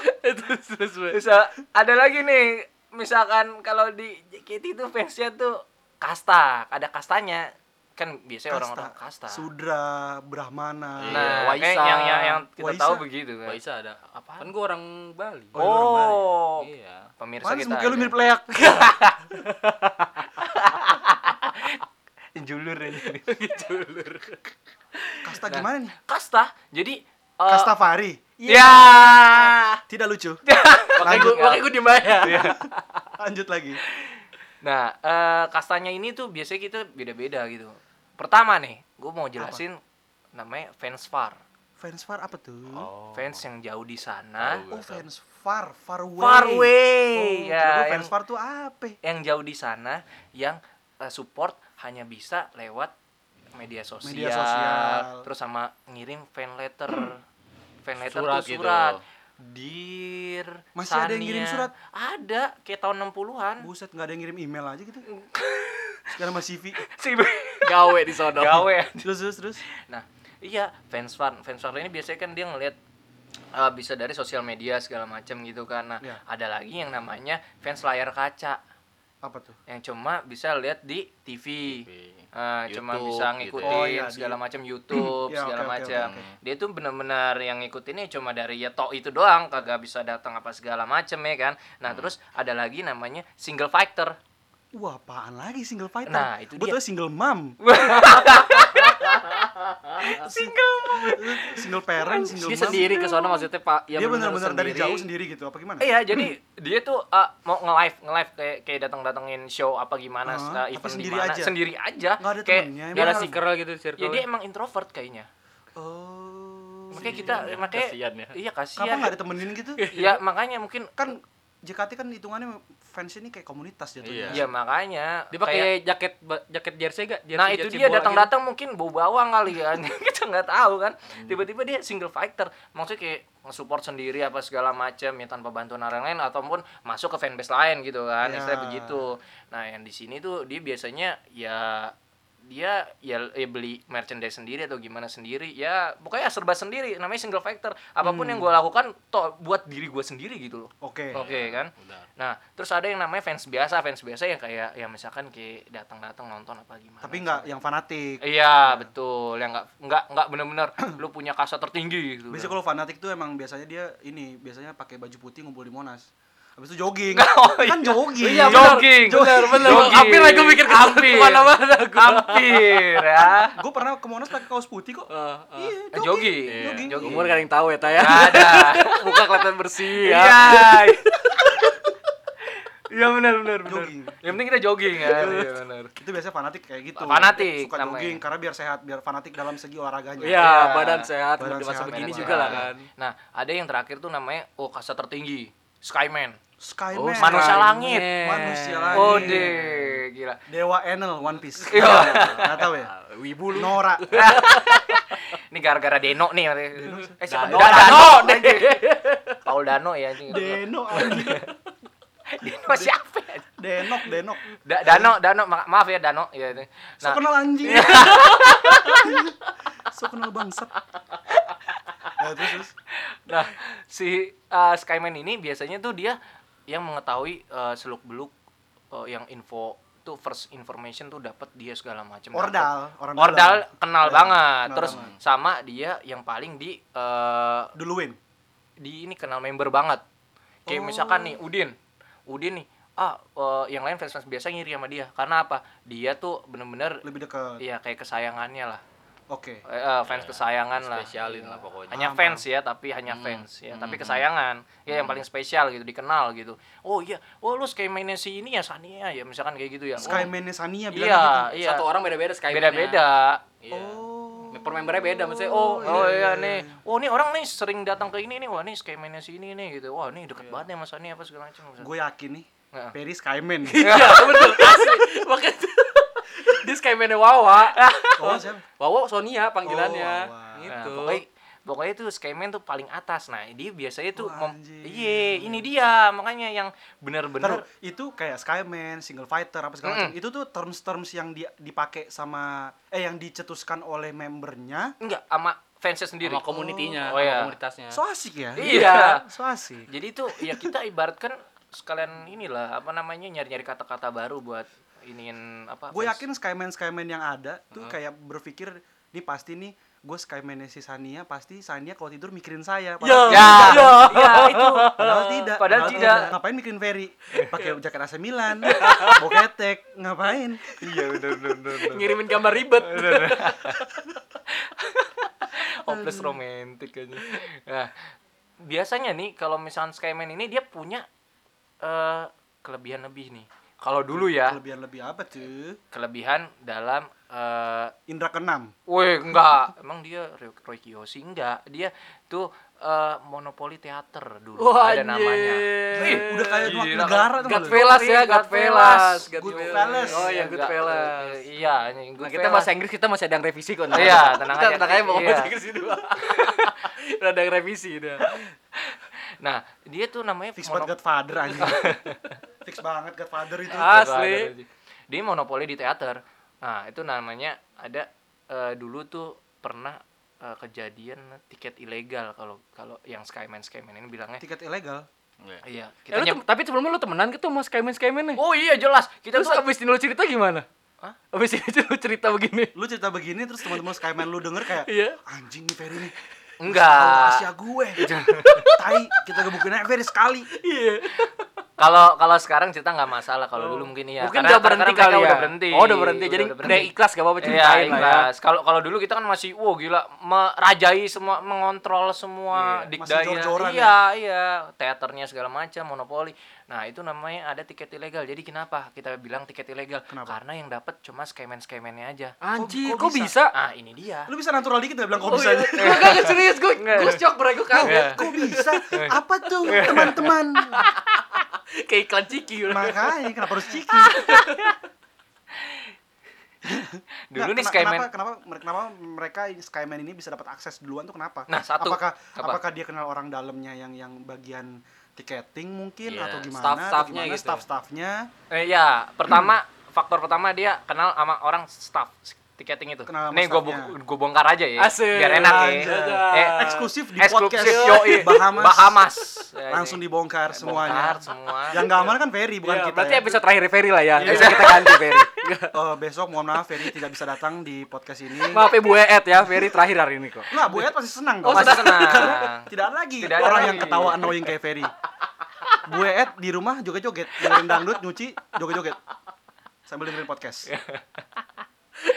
Speaker 3: Terus terus terus.
Speaker 2: Terus eh, ada lagi nih, misalkan kalau di JKT itu fansnya tuh kasta, ada kastanya. Kan biasanya orang-orang kasta.
Speaker 1: Sudra, Brahmana.
Speaker 3: Iya,
Speaker 2: Nah,
Speaker 3: Waisa.
Speaker 2: kayak yang yang yang kita
Speaker 1: Waisa.
Speaker 2: tahu begitu kan.
Speaker 3: Baisa ada.
Speaker 2: Apaan?
Speaker 3: Kan gue orang Bali.
Speaker 1: Oh, iya, orang Bali.
Speaker 2: Oh.
Speaker 3: Iya.
Speaker 2: Pemirsa
Speaker 1: Pantes
Speaker 2: kita.
Speaker 1: muka lu
Speaker 2: ada.
Speaker 1: mirip leak.
Speaker 2: julur ya. aja.
Speaker 1: Kasta
Speaker 2: Nah.
Speaker 1: gimana nih?
Speaker 2: kasta. Jadi eh,
Speaker 1: Kastafari.
Speaker 2: Ya.
Speaker 1: Iya. Tidak lucu.
Speaker 3: Makanya
Speaker 1: Iya.
Speaker 3: gue
Speaker 1: Lanjut.
Speaker 3: makanya gue diem aja.
Speaker 2: Iya.
Speaker 1: Lanjut lagi.
Speaker 2: Nah, eh, kastanya ini tuh biasanya kita beda-beda gitu. Pertama nih, gue mau jelasin namanya fans far.
Speaker 1: Fans far apa tuh? Oh,
Speaker 2: Fans yang jauh di sana.
Speaker 3: Tahu.
Speaker 1: fans far, far away.
Speaker 2: iya, Far
Speaker 1: Oh,
Speaker 2: away.
Speaker 1: kira gua
Speaker 2: ya, yang,
Speaker 1: fans far tuh apa?
Speaker 2: yang jauh di sana yang eh, support hanya bisa lewat media sosial,
Speaker 1: Media sosial.
Speaker 2: terus sama ngirim fan letter. fan letter
Speaker 3: Surat
Speaker 2: tuh
Speaker 3: gitu.
Speaker 2: surat. Dear
Speaker 1: Masih ada yang ngirim
Speaker 2: Sania.
Speaker 1: surat?
Speaker 2: Ada, kayak tahun 60-an.
Speaker 1: Buset, nggak ada yang ngirim email aja gitu.
Speaker 2: Mm.
Speaker 1: Sekarang sama CV.
Speaker 2: Si
Speaker 3: Gawe di sono.
Speaker 2: gawe.
Speaker 1: Terus, terus, terus.
Speaker 2: Nah, iya fans fan, fans fan ini biasanya kan dia ngelihat eh, bisa dari sosial media segala macam gitu kan. Nah,
Speaker 1: Iya.
Speaker 2: ada lagi yang namanya fans layar kaca
Speaker 1: Apa tuh?
Speaker 2: yang cuma bisa lihat di TV. Eh, cuma
Speaker 3: YouTube
Speaker 2: bisa
Speaker 3: gitu.
Speaker 2: ngikutin
Speaker 1: Oh, iya, di-
Speaker 2: segala macam YouTube
Speaker 1: Ya,
Speaker 2: segala
Speaker 1: oke, oke,
Speaker 2: macam.
Speaker 1: oke,
Speaker 2: Dia tuh benar-benar yang ngikutinnya cuma dari ya tok itu doang, kagak bisa datang apa segala macam ya kan. Nah,
Speaker 3: Hmm.
Speaker 2: terus ada lagi namanya single fighter.
Speaker 1: Wah, apaan lagi single fighter?
Speaker 2: Nah, itu
Speaker 1: Gua
Speaker 2: dia.
Speaker 1: taunya single mom. single Single parent, single
Speaker 3: Dia
Speaker 1: mom.
Speaker 3: sendiri ke sono maksudnya Pak. Ya
Speaker 1: dia benar-benar dari jauh sendiri gitu. Apa gimana?
Speaker 2: Iya, jadi dia tuh uh, mau nge-live, nge-live kayak kayak datang-datangin show apa gimana
Speaker 1: Hah?
Speaker 2: uh,
Speaker 1: Tapi
Speaker 2: event di
Speaker 1: sendiri
Speaker 2: mana
Speaker 1: aja?
Speaker 2: sendiri aja.
Speaker 1: Nggak ada
Speaker 2: kayak
Speaker 1: temennya,
Speaker 2: dia
Speaker 1: emang
Speaker 3: Dia
Speaker 2: nasi-
Speaker 3: kerel gitu
Speaker 2: ya
Speaker 3: circle.
Speaker 2: dia emang introvert kayaknya.
Speaker 3: Iya
Speaker 1: Oh.
Speaker 2: Makanya kita makanya
Speaker 3: Kasian ya.
Speaker 2: Iya,
Speaker 1: Kenapa
Speaker 2: kasihan.
Speaker 1: nggak ditemenin gitu?
Speaker 2: Iya, makanya mungkin
Speaker 1: Kan JKT kan hitungannya fans ini kayak komunitas jatuhnya.
Speaker 2: Iya, makanya
Speaker 3: Dia pakai jaket ba- jaket jersey gak? Jersey,
Speaker 2: Nah itu
Speaker 3: jersey
Speaker 2: dia
Speaker 3: bola gitu.
Speaker 2: datang-datang mungkin bau bawang kali kan kita nggak tahu kan tiba-tiba dia single fighter maksudnya kayak nge-support sendiri apa segala macam ya tanpa bantuan orang lain ataupun masuk ke fanbase lain gitu kan
Speaker 1: Ya.
Speaker 2: istilah begitu nah yang di sini tuh dia biasanya ya dia ya, ya beli merchandise sendiri atau gimana sendiri ya pokoknya serba sendiri namanya single factor apapun yang gue lakukan toh buat diri gue sendiri gitu loh
Speaker 1: Oke.
Speaker 2: oke kan
Speaker 3: gitu. Udah.
Speaker 2: nah terus ada yang namanya fans biasa fans biasa yang kayak ya misalkan kayak datang-datang nonton apa gimana
Speaker 1: Tapi nggak yang fanatik.
Speaker 2: Iya betul, yang nggak nggak nggak benar-benar lu punya kasta tertinggi gitu.
Speaker 1: Biasanya kalau fanatik tuh emang biasanya dia ini biasanya pakai baju putih ngumpul di Monas. Habis itu jogging. kan jogging.
Speaker 2: Oh, Iya, benar. Jogging.
Speaker 3: Benar, benar.
Speaker 2: Jogging.
Speaker 3: Hampir lah gue mikir ke situ,
Speaker 2: Hampir.
Speaker 3: kemana-mana gue.
Speaker 2: hampir ya.
Speaker 1: Gue pernah ke Monas pakai kaos putih kok. Iya,
Speaker 2: Eh, Jogging.
Speaker 1: jogging.
Speaker 2: Iya,
Speaker 1: Jogging.
Speaker 2: jogging.
Speaker 3: Umur gak ada yang tahu ya, Taya.
Speaker 2: Nggak ada.
Speaker 3: Muka kelihatan bersih ya.
Speaker 2: Iya. Iya benar benar benar.
Speaker 1: Jogging.
Speaker 2: Yang penting kita jogging ya. Iya benar.
Speaker 1: Itu biasanya fanatik kayak gitu.
Speaker 2: Fanatik
Speaker 1: Suka
Speaker 2: namanya.
Speaker 1: jogging karena biar sehat, biar fanatik dalam segi olahraganya.
Speaker 3: Iya,
Speaker 2: Iya.
Speaker 3: badan sehat,
Speaker 1: Badan
Speaker 3: badan masa
Speaker 1: sehat,
Speaker 3: begini
Speaker 1: badan
Speaker 3: juga lah
Speaker 1: sehat.
Speaker 3: kan.
Speaker 2: Nah, ada yang terakhir tuh namanya oh kasta tertinggi, Skyman.
Speaker 1: Skyman.
Speaker 3: Oh,
Speaker 2: Manusia
Speaker 3: Skyman.
Speaker 2: langit.
Speaker 1: Manusia
Speaker 3: Eh.
Speaker 1: langit.
Speaker 2: Oh deh, gila.
Speaker 1: Dewa Enel One Piece.
Speaker 2: Iya.
Speaker 1: Enggak tahu ya.
Speaker 3: Ah, Wibu lu.
Speaker 1: Nora.
Speaker 2: Ini gara-gara Deno nih. Eh siapa?
Speaker 3: Dano.
Speaker 2: Dano. Dano. Paul Dano ya ini.
Speaker 1: Deno anjing.
Speaker 2: Deno siapa? ya?
Speaker 1: Denok, Denok.
Speaker 2: Da- Dano, Dano, ma- maaf ya Dano. Ya, itu.
Speaker 1: So kenal anjing.
Speaker 2: Iya.
Speaker 1: so kenal bangsat. Ya, terus, terus.
Speaker 2: Nah, si uh, Skyman ini biasanya tuh dia eh, yang mengetahui seluk beluk yang info itu tuh first information tuh dapat dia segala macam.
Speaker 1: Ordal, orang
Speaker 2: Ordal
Speaker 1: dalam.
Speaker 2: kenal
Speaker 1: Iya,
Speaker 2: banget.
Speaker 1: kenal
Speaker 2: Terus
Speaker 1: banget.
Speaker 2: sama dia yang paling di eh,
Speaker 1: duluin.
Speaker 2: di ini kenal member banget.
Speaker 1: Oh.
Speaker 2: Kayak misalkan nih Udin, Udin nih, ah eh, yang lain fans fans biasa ngiri sama dia. Karena apa? Dia tuh bener-bener
Speaker 1: Lebih dekat.
Speaker 2: ya kayak kesayangannya lah.
Speaker 1: Oke.
Speaker 2: Eh, eh, fans kesayangan lah.
Speaker 3: Spesialin lah pokoknya.
Speaker 2: Hanya fans ya, tapi hanya fans ya, tapi kesayangan. Ya yang paling spesial gitu, dikenal gitu. Oh iya, oh lu Skyman-nya si ini ya Sania ya, misalkan kayak gitu ya. Oh,
Speaker 1: Skyman-nya Sania bilang
Speaker 2: Iya,
Speaker 1: gitu.
Speaker 2: iya.
Speaker 3: Satu orang beda-beda Iya. Skype.
Speaker 2: Beda-beda.
Speaker 1: Oh.
Speaker 3: Per membernya beda maksudnya. Oh,
Speaker 2: Oh iya nih, oh nih orang nih sering datang ke ini nih, wah nih Skyman-nya si ini nih gitu, wah nih deket banget nih sama Sania apa segala macam.
Speaker 1: Gue yakin nih.
Speaker 2: Heeh.
Speaker 1: Perry Skyman.
Speaker 3: Iya, betul. Asli. Makanya dia Skype-nya Wawa.
Speaker 1: Oh, siapa?
Speaker 3: Wawa Sonia panggilannya.
Speaker 1: Oh, Wawa.
Speaker 2: Nah,
Speaker 3: gitu.
Speaker 2: pokoknya pokoknya tuh Skyman tuh paling atas. Nah, dia biasanya tuh
Speaker 1: Wah,
Speaker 2: mem-
Speaker 1: anjir.
Speaker 2: Iye, ini dia makanya yang
Speaker 1: Ntar,
Speaker 2: bener-bener
Speaker 1: itu kayak Skyman, Single Fighter apa segala macam.
Speaker 2: Mm-mm.
Speaker 1: Itu tuh terms-terms yang di- dipakai sama eh yang dicetuskan oleh membernya.
Speaker 2: enggak sama fansnya sendiri.
Speaker 3: Sama komunitinya,
Speaker 2: Oh,
Speaker 3: sama
Speaker 2: iya.
Speaker 3: komunitasnya.
Speaker 1: So asik ya.
Speaker 2: Iya.
Speaker 1: So asik.
Speaker 2: Jadi itu ya kita ibaratkan sekalian inilah apa namanya nyari-nyari kata-kata baru buat iniin apa?
Speaker 1: gue
Speaker 2: fans.
Speaker 1: yakin skyman skyman yang ada tuh kayak berpikir nih pasti nih gue skyman si Sania pasti Sania kalau tidur mikirin saya padahal,
Speaker 2: Ya,
Speaker 1: tidak.
Speaker 2: ya, itu.
Speaker 1: Padahal tidak
Speaker 2: Padahal tidak.
Speaker 1: ngapain mikirin Ferry pakai jaket AC Milan mau ketek ngapain
Speaker 2: Iya, benar benar.
Speaker 3: Ngirimin gambar ribet.
Speaker 2: Hopeless romantic aja. Nah, biasanya nih kalau misalkan Skyman ini dia punya eh, kelebihan lebih nih. Kalau dulu ya,
Speaker 1: kelebihan lebih apa tuh
Speaker 2: kelebihan dalam eh
Speaker 1: Indra keenam
Speaker 2: Weh, enggak. Emang dia Roy Roy Kiyoshi? Enggak. Dia tuh eh, monopoli teater dulu
Speaker 3: Wah,
Speaker 2: ada namanya.
Speaker 3: anjir.
Speaker 1: Wih, udah kayak
Speaker 2: Gila,
Speaker 1: negara tuh
Speaker 3: Godfellas ya, Godfellas.
Speaker 1: Goodfellas.
Speaker 3: Oh iya,
Speaker 2: Enggak,
Speaker 3: Goodfellas.
Speaker 2: eh, Iya, anjing,
Speaker 3: Nah,
Speaker 2: Goodfellas.
Speaker 3: kita bahasa Inggris kita masih ada yang revisi kok. Nah.
Speaker 2: Iya, tenang
Speaker 3: kita
Speaker 2: aja.
Speaker 3: Tenang aja mau
Speaker 2: Iya.
Speaker 3: bahasa Inggris itu. udah ada yang revisi ya. udah.
Speaker 2: Nah, dia tuh namanya
Speaker 1: fix
Speaker 2: monop-
Speaker 1: banget Godfather anjing fix banget Godfather itu
Speaker 2: Gak
Speaker 3: Ah. Asli.
Speaker 2: ada, anjing. Dia monopoli di teater. Nah, itu namanya ada eh, dulu tuh pernah eh, kejadian tiket ilegal kalau kalau yang Skyman Skyman ini bilangnya
Speaker 1: tiket ilegal
Speaker 2: iya kita
Speaker 3: Eh, lu
Speaker 2: nyebut
Speaker 3: tem- tapi sebelumnya lu temenan gitu sama Skyman Skyman nih.
Speaker 2: Oh iya jelas. Kita
Speaker 3: Terus
Speaker 2: tuh
Speaker 3: abis ini lu cerita gimana?
Speaker 2: Hah?
Speaker 3: Abis ini lu cerita begini.
Speaker 1: lu cerita begini terus teman-teman skyman lu denger kayak
Speaker 3: Iya.
Speaker 1: anjing nih Ferry nih Tahu
Speaker 2: enggak.
Speaker 1: Asia gue. tai, kita gebukin aja Ferry sekali.
Speaker 3: Iya.
Speaker 2: Kalau kalau sekarang cerita nggak masalah. Kalau dulu mungkin iya.
Speaker 3: Mungkin
Speaker 2: Karena-
Speaker 3: udah
Speaker 2: karena
Speaker 3: berhenti
Speaker 2: mereka
Speaker 3: kali ya.
Speaker 2: Udah berhenti.
Speaker 3: Oh, udah berhenti. Jadi
Speaker 2: udah
Speaker 3: udah,
Speaker 2: berhenti.
Speaker 3: ikhlas gak apa-apa
Speaker 2: Iya,
Speaker 3: ceritain lah ya.
Speaker 2: ikhlas. Kalau kalau dulu kita kan masih wow gila merajai semua mengontrol
Speaker 1: Iya,
Speaker 2: semua
Speaker 1: masih
Speaker 2: dikdaya.
Speaker 1: jor-joran
Speaker 2: Iya,
Speaker 3: ya.
Speaker 2: iya, teaternya segala macam monopoli. Nah, itu namanya ada tiket ilegal. Jadi kenapa kita bilang tiket ilegal?
Speaker 1: Kenapa?
Speaker 2: Karena yang dapat cuma skyman-skymannya aja.
Speaker 3: Anjir,
Speaker 1: Kok- kok
Speaker 3: kok bisa?
Speaker 2: Ah, ini dia.
Speaker 1: Lu bisa natural dikit gak bilang kok
Speaker 3: Oh,
Speaker 1: bisa.
Speaker 3: iya. Gua kagak serius, gue gue shock bro, gue kaget.
Speaker 1: Kok bisa?
Speaker 2: Eh.
Speaker 1: Apa tuh teman-teman?
Speaker 3: Kayak iklan ciki gitu.
Speaker 1: Makanya kenapa harus ciki?
Speaker 2: Ah. Dulu
Speaker 1: Nggak,
Speaker 2: nih
Speaker 1: kena-
Speaker 2: skyman.
Speaker 1: Kenapa, kenapa, mere- kenapa mereka Skyman ini bisa dapat akses duluan tuh kenapa?
Speaker 2: Nah, satu.
Speaker 1: Apakah
Speaker 2: Apa?
Speaker 1: apakah dia kenal orang dalamnya yang yang bagian tiketing mungkin
Speaker 3: Iya,
Speaker 1: atau gimana?
Speaker 3: staff-staffnya
Speaker 1: atau gimana,
Speaker 3: gitu.
Speaker 1: Staff-staffnya
Speaker 2: Eh, ya, pertama faktor pertama dia kenal sama orang staff tiketing itu.
Speaker 1: Kenal sama
Speaker 2: Nih gue
Speaker 1: staffnya.
Speaker 2: bongkar aja ya,
Speaker 3: Asik.
Speaker 2: biar enak ya.
Speaker 1: Anjay.
Speaker 2: Eh,
Speaker 1: eksklusif di
Speaker 2: eksklusif
Speaker 1: podcast
Speaker 2: yoi.
Speaker 1: Bahamas.
Speaker 2: Bahamas. Ya,
Speaker 1: Langsung
Speaker 2: ini.
Speaker 1: dibongkar
Speaker 2: Bongkar
Speaker 1: semuanya.
Speaker 2: semua.
Speaker 1: Yang gak aman kan Ferry bukan
Speaker 3: Iya,
Speaker 1: kita.
Speaker 3: berarti
Speaker 1: ya.
Speaker 3: episode terakhir Ferry lah ya.
Speaker 1: Iya.
Speaker 3: Bisa kita ganti Ferry.
Speaker 1: Eh, besok mohon maaf Ferry tidak bisa datang di podcast ini.
Speaker 3: Maaf ya Bu Eet ya, Ferry terakhir hari ini kok.
Speaker 1: Enggak, Bu Ed pasti senang dong.
Speaker 2: Oh, pasti senang.
Speaker 1: Karena tidak ada lagi
Speaker 2: Tidak ada
Speaker 1: orang
Speaker 2: lagi.
Speaker 1: yang ketawa annoying kayak Ferry. Bu Ed di rumah joget-joget, dengerin dangdut, nyuci, joget-joget. Sambil dengerin podcast.
Speaker 2: Iya.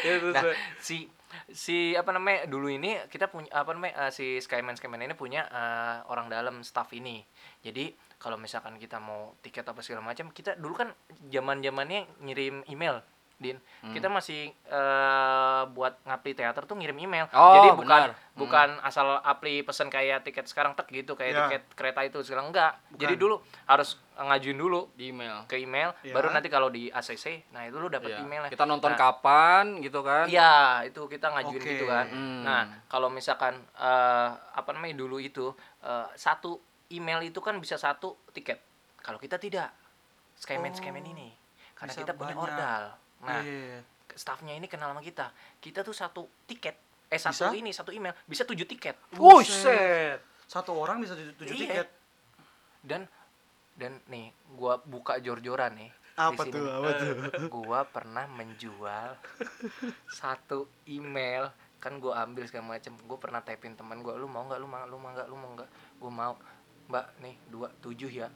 Speaker 1: Iya,
Speaker 3: Ya, terus,
Speaker 2: Nah,
Speaker 3: eh,
Speaker 2: si si apa namanya dulu ini kita punya apa namanya eh, si Skyman Skyman ini punya eh, orang dalam staff ini. Jadi kalau misalkan kita mau tiket apa segala macam, kita dulu kan zaman zamannya ngirim email. Din,
Speaker 3: Hmm.
Speaker 2: kita masih eh, buat ngapli teater tuh ngirim email.
Speaker 3: Oh,
Speaker 2: Jadi bukan
Speaker 3: benar. Hmm.
Speaker 2: bukan asal apli pesen kayak tiket sekarang tek gitu kayak
Speaker 1: Ya.
Speaker 2: tiket kereta itu segala enggak. Jadi dulu harus ngajuin dulu
Speaker 3: di email.
Speaker 2: ke email,
Speaker 1: Ya.
Speaker 2: baru nanti kalau di ACC, nah itu lu dapat
Speaker 3: Iya.
Speaker 2: emailnya.
Speaker 3: Kita nonton
Speaker 2: Nah,
Speaker 3: kapan gitu kan?
Speaker 2: Iya, itu kita ngajuin
Speaker 1: Oke.
Speaker 2: gitu kan.
Speaker 3: Hmm.
Speaker 2: Nah, kalau misalkan eh, apa namanya dulu itu eh, satu email itu kan bisa satu tiket. Kalau kita tidak, skyman skyman ini karena
Speaker 1: Oh, bisa
Speaker 2: kita punya
Speaker 1: banyak.
Speaker 2: ordal. Nah,
Speaker 1: Iya.
Speaker 2: staffnya ini kenal sama kita. Kita tuh satu tiket, eh
Speaker 1: Bisa?
Speaker 2: satu ini satu email bisa tujuh tiket.
Speaker 3: Buset.
Speaker 1: Satu orang bisa tujuh, tujuh tiket.
Speaker 2: Iya. Dan dan nih, gua buka jor-joran nih.
Speaker 1: Apa
Speaker 2: di sini. Eh,
Speaker 1: tuh, apa tuh?
Speaker 2: Gua pernah menjual satu email kan gua ambil segala macem gua pernah typein teman gua lu mau nggak lu mau lu mau nggak lu mau nggak gua mau mbak nih dua tujuh ya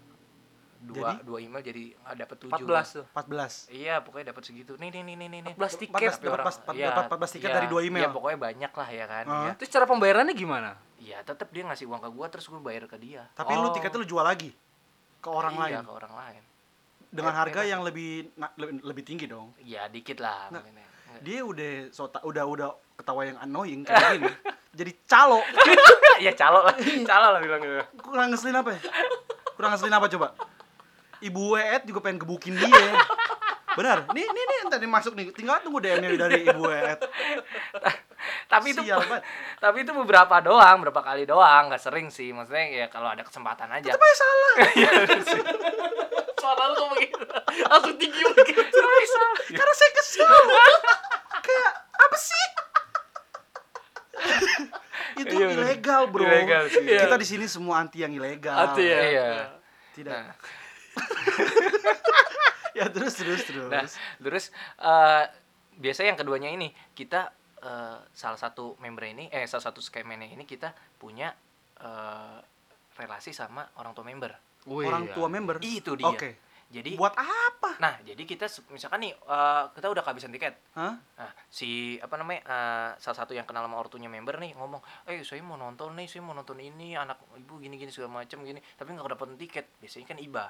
Speaker 2: dua dua email jadi ada dapat tujuh
Speaker 4: 14 tuh.
Speaker 1: 14
Speaker 2: Iya, pokoknya dapat segitu. Nih nih nih nih nih. nih.
Speaker 4: 14
Speaker 2: Tapi
Speaker 4: tiket.
Speaker 1: Dapat- dapat-
Speaker 2: orang-
Speaker 1: dapat-
Speaker 2: iya,
Speaker 1: dapat 14 tiket
Speaker 2: iya,
Speaker 1: dari dua email.
Speaker 2: Iya, pokoknya banyak lah ya kan.
Speaker 1: Ah.
Speaker 2: Iya,
Speaker 4: Terus cara pembayarannya gimana?
Speaker 2: Iya, tetap dia ngasih uang ke gua terus gua bayar ke dia.
Speaker 1: Tapi lu
Speaker 4: Oh.
Speaker 1: tiketnya lu jual lagi ke orang
Speaker 2: Iya,
Speaker 1: lain
Speaker 2: ke orang lain.
Speaker 1: dengan
Speaker 2: Eh,
Speaker 1: harga
Speaker 2: bebas.
Speaker 1: yang lebih na- lebih, lebih tinggi dong.
Speaker 2: Ya dikit lah
Speaker 1: Nah.
Speaker 2: mungkin ya.
Speaker 1: Dia udah so ta- udah udah ketawa yang annoying kayak gini. Jadi calo.
Speaker 2: ya calo lah, calo lah bilang gitu.
Speaker 1: Kurang ngeselin apa ya? Kurang ngeselin apa coba? Ibu Weet juga pengen gebukin dia. Benar. Nih nih nih entar nih masuk nih. Tinggal tunggu DM-nya dari Ibu Weet.
Speaker 2: tapi itu
Speaker 1: Sial banget.
Speaker 2: tapi itu beberapa doang, beberapa kali doang, nggak sering sih. Maksudnya ya kalau ada kesempatan aja.
Speaker 1: Tapi salah.
Speaker 4: Suara lu kok
Speaker 2: gitu.
Speaker 4: begitu? Langsung tinggi begitu.
Speaker 1: Karena saya kesel. Kayak apa sih? itu
Speaker 2: Iya, bener.
Speaker 1: ilegal bro
Speaker 2: Ilegal sih.
Speaker 1: kita di sini semua anti yang ilegal
Speaker 4: Anti ya?
Speaker 2: Iya.
Speaker 1: tidak
Speaker 2: Nah,
Speaker 1: ya terus terus terus
Speaker 2: Nah, terus eh biasanya yang keduanya ini kita eh, salah satu member ini eh salah satu skemanya ini kita punya eh, relasi sama orang tua member.
Speaker 1: orang tua member
Speaker 2: iya. Itu dia.
Speaker 1: oke
Speaker 2: Jadi
Speaker 1: buat apa
Speaker 2: nah, jadi kita se- misalkan nih eh, kita udah kehabisan tiket.
Speaker 1: Hah?
Speaker 2: Nah, si apa namanya eh, salah satu yang kenal sama ortunya member nih ngomong, "Eh, saya mau nonton nih, saya mau nonton ini, anak ibu gini-gini segala macam gini, tapi nggak dapat tiket." Biasanya kan IBA.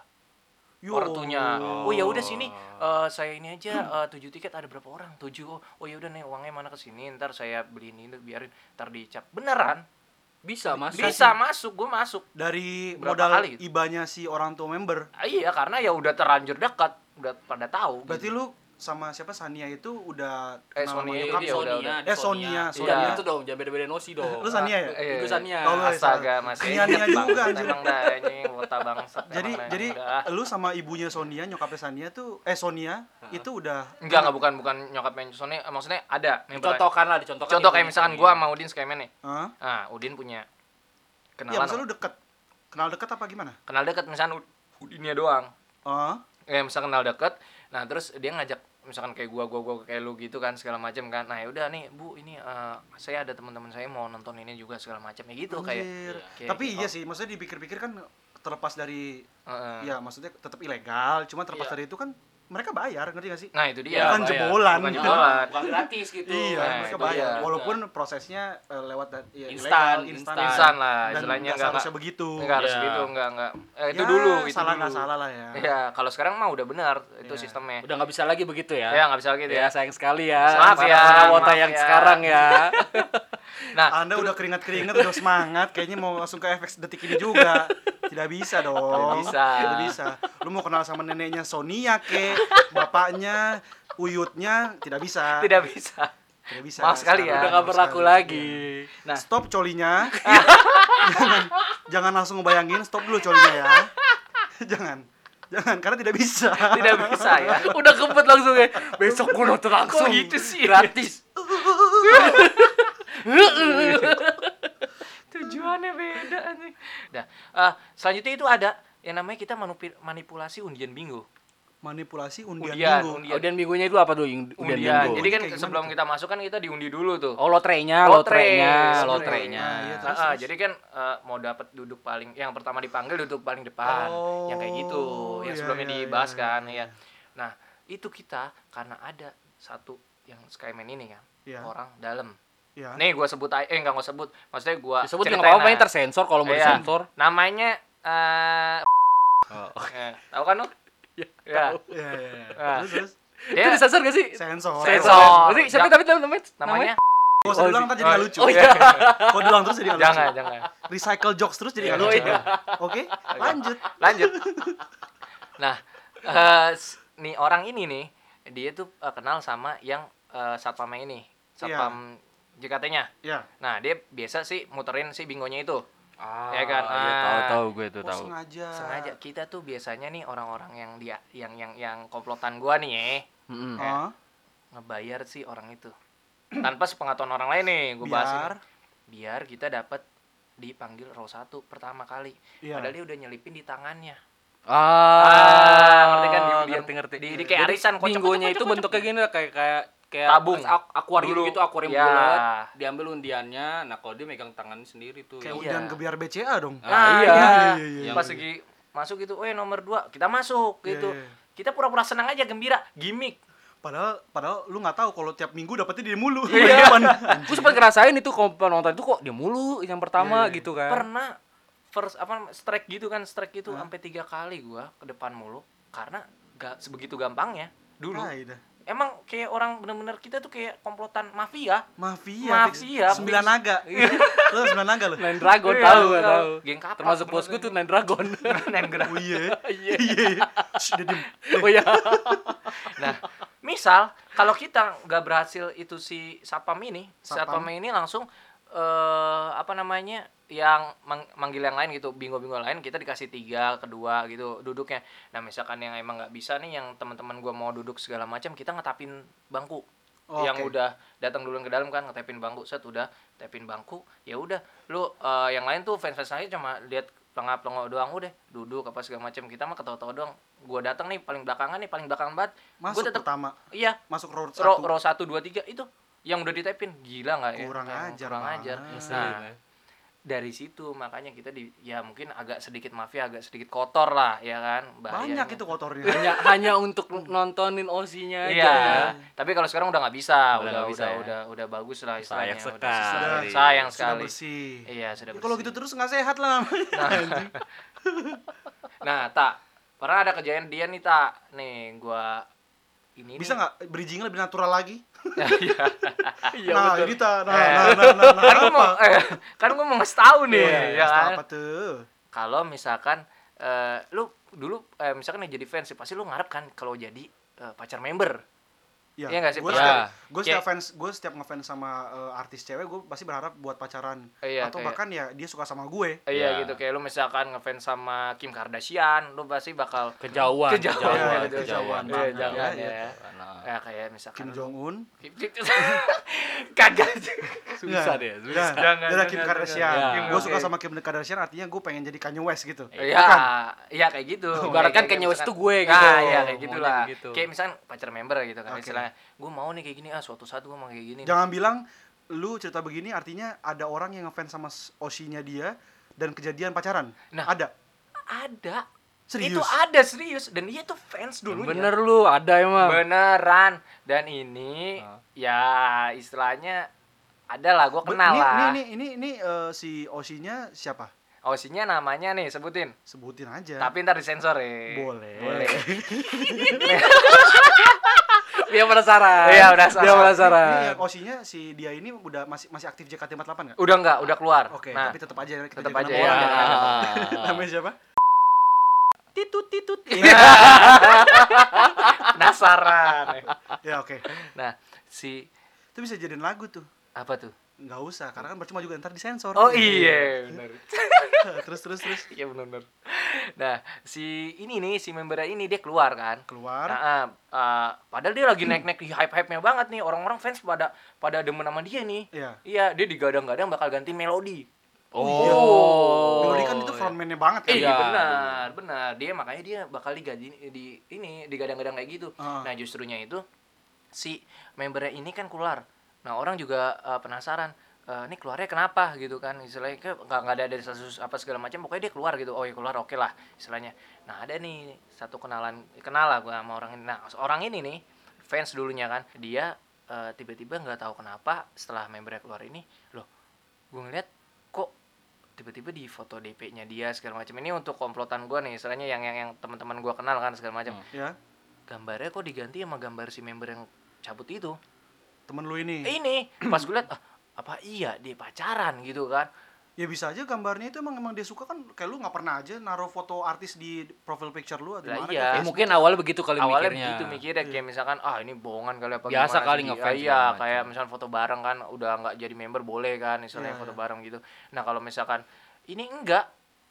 Speaker 2: ortunya. Oh, ya udah sini
Speaker 1: Oh.
Speaker 2: eh, saya ini aja eh, tujuh tiket ada berapa orang? Tujuh. Oh, oh ya udah nih uangnya mana ke sini? Ntar saya beliin ini biarin ntar dicap. Beneran?
Speaker 4: Bisa mas.
Speaker 2: Bisa masuk, gue masuk.
Speaker 1: dari
Speaker 2: Berapa
Speaker 1: modal
Speaker 2: kali? gitu?
Speaker 1: ibanya si orang tua member
Speaker 2: Ah, iya, karena ya udah terlanjur dekat, udah pada tahu. gitu.
Speaker 1: berarti lu sama siapa Sania itu udah
Speaker 2: Hmm.
Speaker 1: kenal
Speaker 2: Eh,
Speaker 1: sama
Speaker 4: Iya,
Speaker 2: Sonia
Speaker 1: nyokap?
Speaker 2: dia udah- udah.
Speaker 1: Eh, Sonia,
Speaker 4: Sonia.
Speaker 2: Sonia.
Speaker 4: Iya, Itu dong, jangan beda-beda nosi dong.
Speaker 1: Lu Sania ya?
Speaker 2: Eh,
Speaker 4: Itu Sania.
Speaker 1: Tahu lu ya,
Speaker 2: Astaga, Mas.
Speaker 1: Nia-nia
Speaker 2: Bang,
Speaker 1: juga, anjir.
Speaker 2: Emang dah ini kota bangsat.
Speaker 1: jadi
Speaker 2: emang dah,
Speaker 1: jadi
Speaker 2: udah.
Speaker 1: lu sama ibunya Sonia nyokapnya Sania tuh eh Sonia itu udah
Speaker 2: enggak enggak bukan bukan nyokapnya Sony, eh, maksudnya ada member.
Speaker 4: Contohkan lah, dicontohkan.
Speaker 2: Contoh kayak
Speaker 4: ibu-
Speaker 2: misalkan gua sama Udin skemnya nih.
Speaker 1: Hah?
Speaker 2: Ah, Udin
Speaker 1: ya
Speaker 2: punya kenalan.
Speaker 1: maksud lu deket kenal deket apa gimana
Speaker 2: kenal dekat misalkan Ud- Udinnya doang.
Speaker 1: Hah?
Speaker 2: eh misalkan kenal deket nah terus dia ngajak misalkan kayak gua gua gua kayak lu gitu kan segala macam kan nah yaudah nih bu ini eh, saya ada teman-teman saya mau nonton ini juga segala macam ya gitu kayak
Speaker 1: Anjir.
Speaker 2: Kayak
Speaker 1: tapi
Speaker 2: gitu.
Speaker 1: iya sih maksudnya dipikir-pikir kan terlepas dari
Speaker 2: Heeh.
Speaker 1: ya maksudnya tetap ilegal cuma terlepas
Speaker 4: Iya.
Speaker 1: dari itu kan mereka bayar ngerti gak sih
Speaker 2: nah itu dia
Speaker 4: Iya,
Speaker 1: bukan
Speaker 4: bayar.
Speaker 1: Ya kan jebolan
Speaker 2: Bukan
Speaker 4: Bukan-
Speaker 2: jualan.
Speaker 4: Bukan gratis gitu.
Speaker 1: iya
Speaker 2: Nah,
Speaker 1: mereka
Speaker 2: itu
Speaker 1: bayar
Speaker 2: dia.
Speaker 1: walaupun prosesnya eh, lewat da- ya,
Speaker 4: Instan,
Speaker 1: ilegal,
Speaker 4: instan.
Speaker 2: Insan lah
Speaker 1: dan
Speaker 2: istilahnya
Speaker 1: nggak
Speaker 2: enggak
Speaker 1: seharusnya begitu
Speaker 2: enggak harus
Speaker 4: Iya.
Speaker 2: gitu enggak enggak eh, itu
Speaker 1: Ya,
Speaker 2: dulu itu
Speaker 1: salah
Speaker 2: dulu.
Speaker 1: nggak salah lah ya
Speaker 2: ya kalau sekarang mah udah benar itu
Speaker 1: Iya.
Speaker 2: sistemnya
Speaker 4: Udah nggak bisa lagi begitu ya.
Speaker 2: ya nggak bisa gitu ya
Speaker 4: Ya sayang sekali ya.
Speaker 2: Maaf ya,
Speaker 4: Para wota
Speaker 2: maaf
Speaker 4: yang
Speaker 2: ya.
Speaker 4: sekarang ya.
Speaker 2: nah
Speaker 1: anda udah keringat-keringat udah semangat kayaknya mau langsung ke efek detik ini juga tidak bisa dong
Speaker 2: Tidak bisa.
Speaker 1: tidak bisa lu mau kenal sama neneknya Sonia ke bapaknya Uyutnya tidak bisa
Speaker 2: tidak bisa
Speaker 1: Tidak bisa.
Speaker 2: Maaf
Speaker 4: Udah
Speaker 2: sekali ya.
Speaker 1: sekarang.
Speaker 4: nggak
Speaker 1: Maaf
Speaker 4: berlaku
Speaker 1: sekali.
Speaker 4: lagi.
Speaker 2: nah
Speaker 1: Stop colinya. jangan, jangan langsung ngebayangin, stop dulu colinya ya. jangan. Jangan karena tidak bisa.
Speaker 2: tidak bisa ya
Speaker 4: Udah kempet langsung ya. Besok gua nonton langsung.
Speaker 2: Kok gitu sih?
Speaker 4: Gratis.
Speaker 2: tujuannya beda anjing. Nah, eh, selanjutnya itu ada yang namanya kita manupi- manipulasi undian bingo.
Speaker 1: Manipulasi undian,
Speaker 2: Undian,
Speaker 1: minggu.
Speaker 2: undian.
Speaker 4: Kemudian minggunya itu apa tuh? Yang-
Speaker 2: Undian.
Speaker 4: Undian minggu.
Speaker 2: Jadi kan
Speaker 1: Kayak gimana
Speaker 2: sebelum
Speaker 1: tuh?
Speaker 2: kita masuk kan kita diundi dulu tuh.
Speaker 4: Oh lotrenya,
Speaker 2: Lotre.
Speaker 4: lotrenya,
Speaker 2: Sebenarnya.
Speaker 4: lotrenya.
Speaker 1: Ah, iya,
Speaker 2: Ah,
Speaker 1: terus,
Speaker 2: ah,
Speaker 1: terus.
Speaker 2: jadi kan eh, mau dapat duduk paling yang pertama dipanggil duduk paling depan,
Speaker 1: Oh,
Speaker 2: yang kayak gitu, yang
Speaker 1: iya,
Speaker 2: sebelumnya
Speaker 1: iya,
Speaker 2: dibahas
Speaker 1: iya,
Speaker 2: kan
Speaker 1: iya.
Speaker 2: ya. Nah, itu kita karena ada satu yang Skyman ini kan,
Speaker 1: Iya.
Speaker 2: orang dalam.
Speaker 1: Ya.
Speaker 2: Nih gua sebut aja- eh enggak gua sebut. Maksudnya gua
Speaker 4: Disebut nggak
Speaker 2: ceritain
Speaker 4: apa-apa,
Speaker 2: aja.
Speaker 4: tersensor kalau mau
Speaker 2: Iya.
Speaker 4: disensor.
Speaker 2: Namanya eh eh, tahu kan lu? Ya.
Speaker 1: Iya, iya, iya.
Speaker 2: Ah.
Speaker 1: Terus, terus.
Speaker 4: Itu
Speaker 2: Dia
Speaker 4: disensor gak sih?
Speaker 1: Sensor.
Speaker 2: Sensor.
Speaker 4: Jadi siapa
Speaker 2: Ja-
Speaker 4: tapi namanya?
Speaker 2: namanya
Speaker 1: Gak usah diulang kan jadi nggak lucu.
Speaker 2: Oh, iya.
Speaker 1: Kalau diulang terus jadi nggak lucu.
Speaker 2: jangan, jangan.
Speaker 1: Recycle jokes terus jadi nggak
Speaker 2: Oh,
Speaker 1: lucu.
Speaker 2: iya.
Speaker 1: Oke, lanjut.
Speaker 2: Lanjut. Nah, eh, s- nih orang ini nih dia tuh eh, kenal sama yang eh, satpamnya ini, satpam JKT-nya.
Speaker 1: Ya.
Speaker 2: Nah, dia biasa sih muterin si bingonya itu.
Speaker 4: Ah,
Speaker 2: Ya kan?
Speaker 4: iya,
Speaker 2: Ah.
Speaker 4: tahu tahu gue itu
Speaker 1: Oh,
Speaker 4: tahu.
Speaker 1: sengaja.
Speaker 2: Sengaja kita tuh biasanya nih orang-orang yang dia yang yang yang komplotan gua nih ya,
Speaker 4: Mm-mm.
Speaker 1: Ah,
Speaker 2: ngebayar si orang itu. Tanpa sepengetahuan orang lain nih, gua bahas ini.
Speaker 1: biar.
Speaker 2: biar kita dapat dipanggil row satu pertama kali.
Speaker 1: Iya.
Speaker 2: Padahal dia udah nyelipin di tangannya. Ah, ngerti kan, di-
Speaker 4: ngerti ngerti.
Speaker 2: di- di kayak
Speaker 4: Jadi
Speaker 2: arisan, kocok,
Speaker 4: Binggonya
Speaker 2: kocok,
Speaker 4: itu
Speaker 2: kocok,
Speaker 4: bentuknya gini lah, kayak kayak kayak
Speaker 2: Tabung.
Speaker 4: ak- akuarium
Speaker 2: Dulu.
Speaker 4: gitu, akuarium
Speaker 2: Ya.
Speaker 4: bulat. Diambil undiannya, nah kalau dia megang tangan sendiri tuh.
Speaker 1: Kayak
Speaker 2: Iya.
Speaker 1: udang ke biar BCA dong.
Speaker 4: Ah, iya.
Speaker 1: iya, iya,
Speaker 2: Nah, Pas lagi masuk gitu, eh nomor dua, kita masuk
Speaker 1: Iya,
Speaker 2: gitu.
Speaker 1: iya.
Speaker 2: Kita pura-pura senang aja, gembira, gimmick.
Speaker 1: Padahal padahal lu nggak tahu kalau tiap minggu dapetnya dia mulu.
Speaker 4: Iya.
Speaker 1: Depan.
Speaker 4: Gue sempat ngerasain itu kalau penonton itu kok dia mulu yang pertama gitu kan.
Speaker 2: Iya. Pernah first apa strike gitu kan, strike itu sampai tiga kali gua ke depan mulu karena gak sebegitu gampangnya dulu.
Speaker 1: Ah, iya.
Speaker 2: Emang kayak orang bener-bener kita tuh kayak komplotan mafia.
Speaker 1: Mafia.
Speaker 2: Mafia, Iya.
Speaker 1: Sembilan
Speaker 2: fix.
Speaker 1: naga. Lu sembilan naga lu.
Speaker 4: Nine Dragon
Speaker 2: Iya,
Speaker 4: tahu
Speaker 2: iya.
Speaker 4: gak tahu.
Speaker 2: Geng kapak,
Speaker 4: Termasuk
Speaker 2: bener,
Speaker 4: bos gue tuh Nine Dragon.
Speaker 2: Nenggerak.
Speaker 1: Oh iya. Iya. Iya. Shh, dia diem.
Speaker 4: oh iya.
Speaker 2: Nah, misal kalau kita nggak berhasil itu si satpam ini,
Speaker 1: Satpam.
Speaker 2: satpam ini langsung eh apa namanya yang mang- manggil yang lain gitu, bingo-bingo lain kita dikasih tiga, kedua gitu duduknya. Nah, misalkan yang emang nggak bisa nih, yang teman-teman gua mau duduk segala macam, kita ngetapin bangku.
Speaker 1: Oke.
Speaker 2: yang udah datang duluan ke dalam kan ngetepin bangku set udah tepin bangku ya udah lu eh, yang lain tuh fans fans aja cuma lihat pelengah pelengok doang udah duduk apa segala macam kita mah ketawa-tawa doang gua datang nih paling belakangan nih paling belakang banget
Speaker 1: Masuk
Speaker 2: gua tetap
Speaker 1: pertama.
Speaker 2: iya
Speaker 1: Masuk road
Speaker 2: row
Speaker 1: satu.
Speaker 2: row satu dua tiga itu yang udah ditepin gila nggak ya
Speaker 1: Kurang
Speaker 2: Yang
Speaker 1: ajar
Speaker 2: kurang
Speaker 1: banget.
Speaker 2: ajar nah dari situ makanya kita di ya mungkin agak sedikit mafia agak sedikit kotor lah ya kan bahayanya.
Speaker 1: Banyak itu kotornya.
Speaker 4: hanya hanya untuk nontonin Osinya aja.
Speaker 2: Iya, tapi kalau sekarang udah nggak bisa,
Speaker 3: Udah
Speaker 2: udah
Speaker 3: nggak bisa
Speaker 2: udah,
Speaker 3: ya.
Speaker 2: udah udah bagus lah istilahnya.
Speaker 3: Sayang sekali.
Speaker 2: Udah,
Speaker 1: Sudah-
Speaker 2: sayang, sayang
Speaker 1: sudah
Speaker 2: sekali.
Speaker 1: bersih.
Speaker 2: Iya, sudah.
Speaker 1: Ya, kalau
Speaker 2: bersih.
Speaker 1: gitu terus nggak sehat lah namanya.
Speaker 2: Nah, nah, tak pernah ada kejadian dia nih tak, nih gua ini.
Speaker 1: Bisa nggak bridging lebih natural lagi?
Speaker 2: Iya.
Speaker 4: Iya
Speaker 1: nah,
Speaker 4: betul.
Speaker 1: ini ta, nah,
Speaker 2: Eh.
Speaker 1: nah, nah, nah, nah,
Speaker 2: kan gua
Speaker 1: apa?
Speaker 2: mau, eh, kan gua mau ngasih tahu nih,
Speaker 1: Iya,
Speaker 2: ya kan?
Speaker 1: apa tuh?
Speaker 2: Kalau misalkan eh, lu dulu eh, misalkan nih jadi fans pasti lu ngarep kan kalau jadi eh, pacar member.
Speaker 1: Ya,
Speaker 2: Iya nggak sih,
Speaker 1: Gue
Speaker 2: Pak?
Speaker 1: setiap,
Speaker 2: Iya.
Speaker 1: gua setiap
Speaker 2: Kayak-
Speaker 1: fans, gue setiap ngefans sama eh, artis cewek, gue pasti berharap buat pacaran.
Speaker 2: Eh, iya,
Speaker 1: Atau
Speaker 2: kayak-
Speaker 1: bahkan ya dia suka sama gue.
Speaker 2: Iya
Speaker 3: Ya.
Speaker 2: gitu kayak lu misalkan ngefans sama Kim Kardashian, lu pasti bakal
Speaker 4: Kejauhan.
Speaker 2: Kejauhan,
Speaker 1: Iya,
Speaker 2: gitu.
Speaker 1: kejauhan.
Speaker 2: Iya,
Speaker 1: banget.
Speaker 2: jangan
Speaker 1: Iya,
Speaker 2: ya.
Speaker 3: Nah,
Speaker 2: Ya kayak misalkan
Speaker 1: Kim Jong Un.
Speaker 2: kagak.
Speaker 3: susah
Speaker 4: Iya.
Speaker 3: deh, susah.
Speaker 1: Jangan,
Speaker 2: Jangan,
Speaker 1: jangan, Nah, Kim
Speaker 2: jangan,
Speaker 1: Kardashian.
Speaker 4: jangan. Iya.
Speaker 1: Gue suka
Speaker 2: Oke.
Speaker 1: sama Kim Kardashian, artinya gue pengen jadi Kanye West gitu.
Speaker 2: Iya,
Speaker 1: Bukan.
Speaker 2: iya kayak gitu.
Speaker 4: Ibaratkan
Speaker 2: Kayak-
Speaker 4: Kanye West
Speaker 2: misalkan-
Speaker 4: tuh gue gitu.
Speaker 2: Nah, iya kayak
Speaker 4: Maunya
Speaker 2: gitulah.
Speaker 4: begitu.
Speaker 2: Kayak misalkan pacar member gitu kan
Speaker 1: Oke.
Speaker 2: istilahnya. Gue mau nih kayak gini ah suatu saat gue mau kayak gini.
Speaker 1: Jangan bilang lu cerita begini artinya ada orang yang ngefans sama s- Oshi-nya dia dan kejadian pacaran.
Speaker 2: Nah.
Speaker 1: ada.
Speaker 2: Ada.
Speaker 1: Serius?
Speaker 2: Itu ada serius dan dia tuh fans dulu.
Speaker 4: Bener lu, ada emang.
Speaker 2: Beneran. Dan ini ya istilahnya ada lah gue kenal
Speaker 1: ini,
Speaker 2: lah.
Speaker 1: Ini ini ini, ini, eh, si Oshi-nya siapa?
Speaker 2: Osinya namanya nih sebutin.
Speaker 1: Sebutin aja.
Speaker 2: Tapi ntar disensor ya.
Speaker 1: Boleh.
Speaker 2: Boleh.
Speaker 4: Dia penasaran.
Speaker 2: Iya, penasaran.
Speaker 4: Dia
Speaker 1: Ini
Speaker 4: penasaran.
Speaker 1: yang Oshi-nya si dia ini udah masih masih aktif JKT48 nggak?
Speaker 2: Udah nggak, udah keluar.
Speaker 1: Oke,
Speaker 2: nah,
Speaker 1: tapi tetap aja kita
Speaker 2: tetap
Speaker 1: jadi nama
Speaker 2: aja ya.
Speaker 1: orang ya.
Speaker 3: Nah,
Speaker 1: Namanya siapa? Iya.
Speaker 2: titut titut. Nasaran.
Speaker 1: Ya oke.
Speaker 2: Nah, si
Speaker 1: Itu bisa jadiin lagu tuh.
Speaker 2: apa tuh?
Speaker 1: Nggak usah, karena kan percuma juga ntar disensor.
Speaker 2: Oh iya, benar.
Speaker 1: terus terus terus
Speaker 2: Iya benar. Nah, si ini nih, si membernya ini dia keluar kan.
Speaker 1: keluar.
Speaker 2: Nah, ah, ah, padahal dia lagi naik-naik di hype-hype-nya banget nih. Orang-orang fans pada pada demen sama dia nih.
Speaker 1: Iya.
Speaker 2: Iya, dia digadang-gadang bakal ganti melodi.
Speaker 1: Oh, Melody kan itu frontman-nya banget kan.
Speaker 2: Iya
Speaker 3: Iya.
Speaker 2: benar, benar. Dia makanya dia bakal digaji di ini digadang-gadang kayak gitu.
Speaker 1: Ah.
Speaker 2: Nah, justrunya itu si membernya ini kan keluar. Nah, orang juga eh, penasaran eh, ini keluarnya kenapa gitu kan istilahnya ke- nggak nggak ada dari kasus apa segala macam pokoknya dia keluar gitu oh ya keluar oke lah istilahnya nah ada nih satu kenalan kenal lah gue sama orang ini nah orang ini nih fans dulunya kan dia eh, tiba-tiba nggak tahu kenapa setelah membernya keluar ini loh gue ngeliat kok tiba-tiba di foto DP-nya dia segala macam ini untuk komplotan gue nih istilahnya yang yang, yang teman-teman gue kenal kan segala macam
Speaker 1: Ya,
Speaker 2: gambarnya kok diganti sama gambar si member yang cabut itu Eh,
Speaker 1: temen lu ini.
Speaker 2: ini pas gue liat ah, apa iya dia pacaran gitu kan
Speaker 1: Ya bisa aja gambarnya itu emang emang dia suka kan kayak lu nggak pernah aja naruh foto artis di profile picture lu atau
Speaker 2: Lah,
Speaker 1: gimana gitu ya.
Speaker 2: iya.
Speaker 1: kayak
Speaker 4: Eh,
Speaker 1: Facebook.
Speaker 4: mungkin awalnya begitu kali
Speaker 2: awalnya
Speaker 4: mikirnya.
Speaker 2: begitu mikirnya kayak
Speaker 1: Iya.
Speaker 2: misalkan ah ini bohongan kali apa
Speaker 3: Biasa
Speaker 2: gimana
Speaker 3: kali
Speaker 2: sih?"
Speaker 3: ngefans
Speaker 2: iya
Speaker 3: segala macam.
Speaker 2: kayak misalnya foto bareng kan udah nggak jadi member boleh kan misalnya
Speaker 1: Iya,
Speaker 2: foto
Speaker 1: iya.
Speaker 2: bareng gitu nah kalau misalkan ini enggak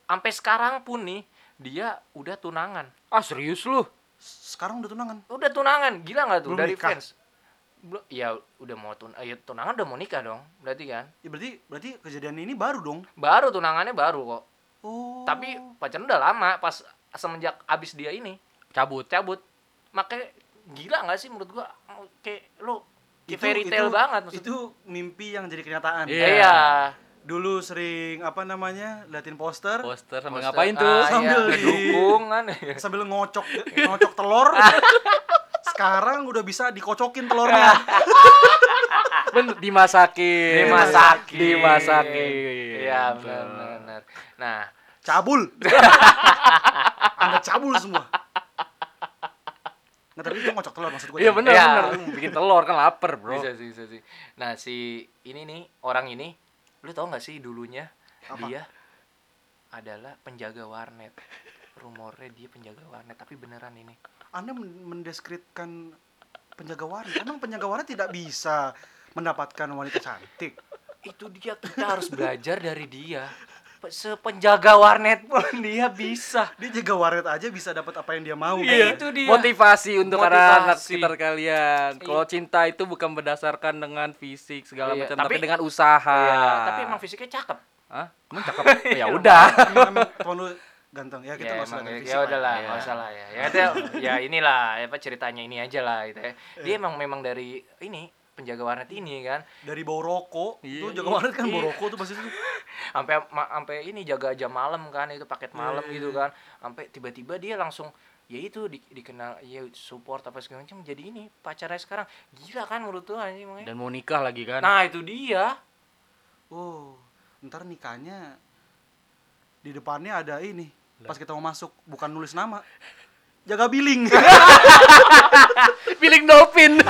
Speaker 2: sampai sekarang pun nih dia udah tunangan
Speaker 4: Ah, serius lu?
Speaker 1: Sekarang udah tunangan.
Speaker 2: udah tunangan gila nggak tuh
Speaker 1: Belum
Speaker 2: dari
Speaker 1: nikah.
Speaker 2: fans Belum, ya udah mau tun ya tunangan udah mau nikah dong berarti kan
Speaker 1: Ya, berarti berarti kejadian ini baru dong.
Speaker 2: baru tunangannya baru kok
Speaker 1: Oh.
Speaker 2: tapi pacaran udah lama pas semenjak abis dia ini
Speaker 4: cabut
Speaker 2: cabut makanya gila nggak sih menurut gua kayak lo kayak
Speaker 1: Itu-
Speaker 2: fairy tale
Speaker 1: itu-
Speaker 2: banget maksud
Speaker 1: Itu mimpi yang jadi kenyataan.
Speaker 2: iya
Speaker 4: Iya.
Speaker 1: Dulu sering apa namanya? liatin poster
Speaker 4: poster sama
Speaker 2: Poster-
Speaker 4: ngapain tuh Iya.
Speaker 2: ah,
Speaker 1: Sambil
Speaker 2: iya.
Speaker 1: di-
Speaker 2: ngedukung kan
Speaker 1: sambil ngocok ngocok telur. Sekarang udah bisa dikocokin telurnya.
Speaker 2: Iya.
Speaker 4: Men, dimasakin
Speaker 2: dimasakin
Speaker 4: dimasakin
Speaker 2: iya benar benar nah
Speaker 1: Cabul. Anda cabul semua. Nggak tapi itu ngocok telur maksud ya. gue.
Speaker 4: iya benar
Speaker 2: Iya.
Speaker 4: benar bikin telur kan lapar bro
Speaker 2: bisa sih bisa sih nah si ini nih orang ini lu tau nggak sih dulunya dia adalah penjaga warnet rumornya dia penjaga warnet tapi beneran ini
Speaker 1: Anda men- mendeskripsikan penjaga waria. Emang penjaga waria tidak bisa mendapatkan wanita cantik.
Speaker 2: itu dia kita harus belajar dari dia Pe- sepenjaga warnet pun dia bisa
Speaker 1: Dia jaga waria aja bisa dapat apa yang dia mau. kan?
Speaker 2: Iya. itu dia.
Speaker 4: motivasi untuk
Speaker 2: Motivasi.
Speaker 4: anak-anak sekitar kalian kalau cinta itu bukan berdasarkan dengan fisik segala
Speaker 2: Iya,
Speaker 4: macam
Speaker 2: tapi-
Speaker 4: tapi, dengan usaha
Speaker 2: Iya, tapi emang fisiknya cakep Oh,
Speaker 4: Hah? Emang cakep? ya udah
Speaker 1: Emang, kan emang teman lu ganteng ya kita
Speaker 2: ya
Speaker 1: nggak usah
Speaker 2: emang
Speaker 1: liatin
Speaker 2: ya,
Speaker 1: fisik
Speaker 2: ya udahlah
Speaker 4: Iya.
Speaker 2: nggak usah lah ya ya, itu- ya inilah apa ceritanya ini aja lah gitu ya dia emang memang dari ini penjaga warnet ini kan
Speaker 1: dari bau rokok
Speaker 4: Iya.
Speaker 1: tuh jaga waria kan bau
Speaker 2: Iya.
Speaker 1: rokok tuh pasti tuh
Speaker 2: sampai ma- sampai ini jaga jam malam kan itu paket malam gitu kan sampai tiba-tiba dia langsung ya itu di- dikenal ya support apa segala macam jadi ini pacarnya sekarang gila kan menurut tuh anjing makanya.
Speaker 4: dan mau nikah lagi kan
Speaker 2: nah itu dia
Speaker 1: oh ntar nikahnya di depannya ada ini pas kita mau masuk bukan nulis nama jaga billing
Speaker 4: feeling dolphin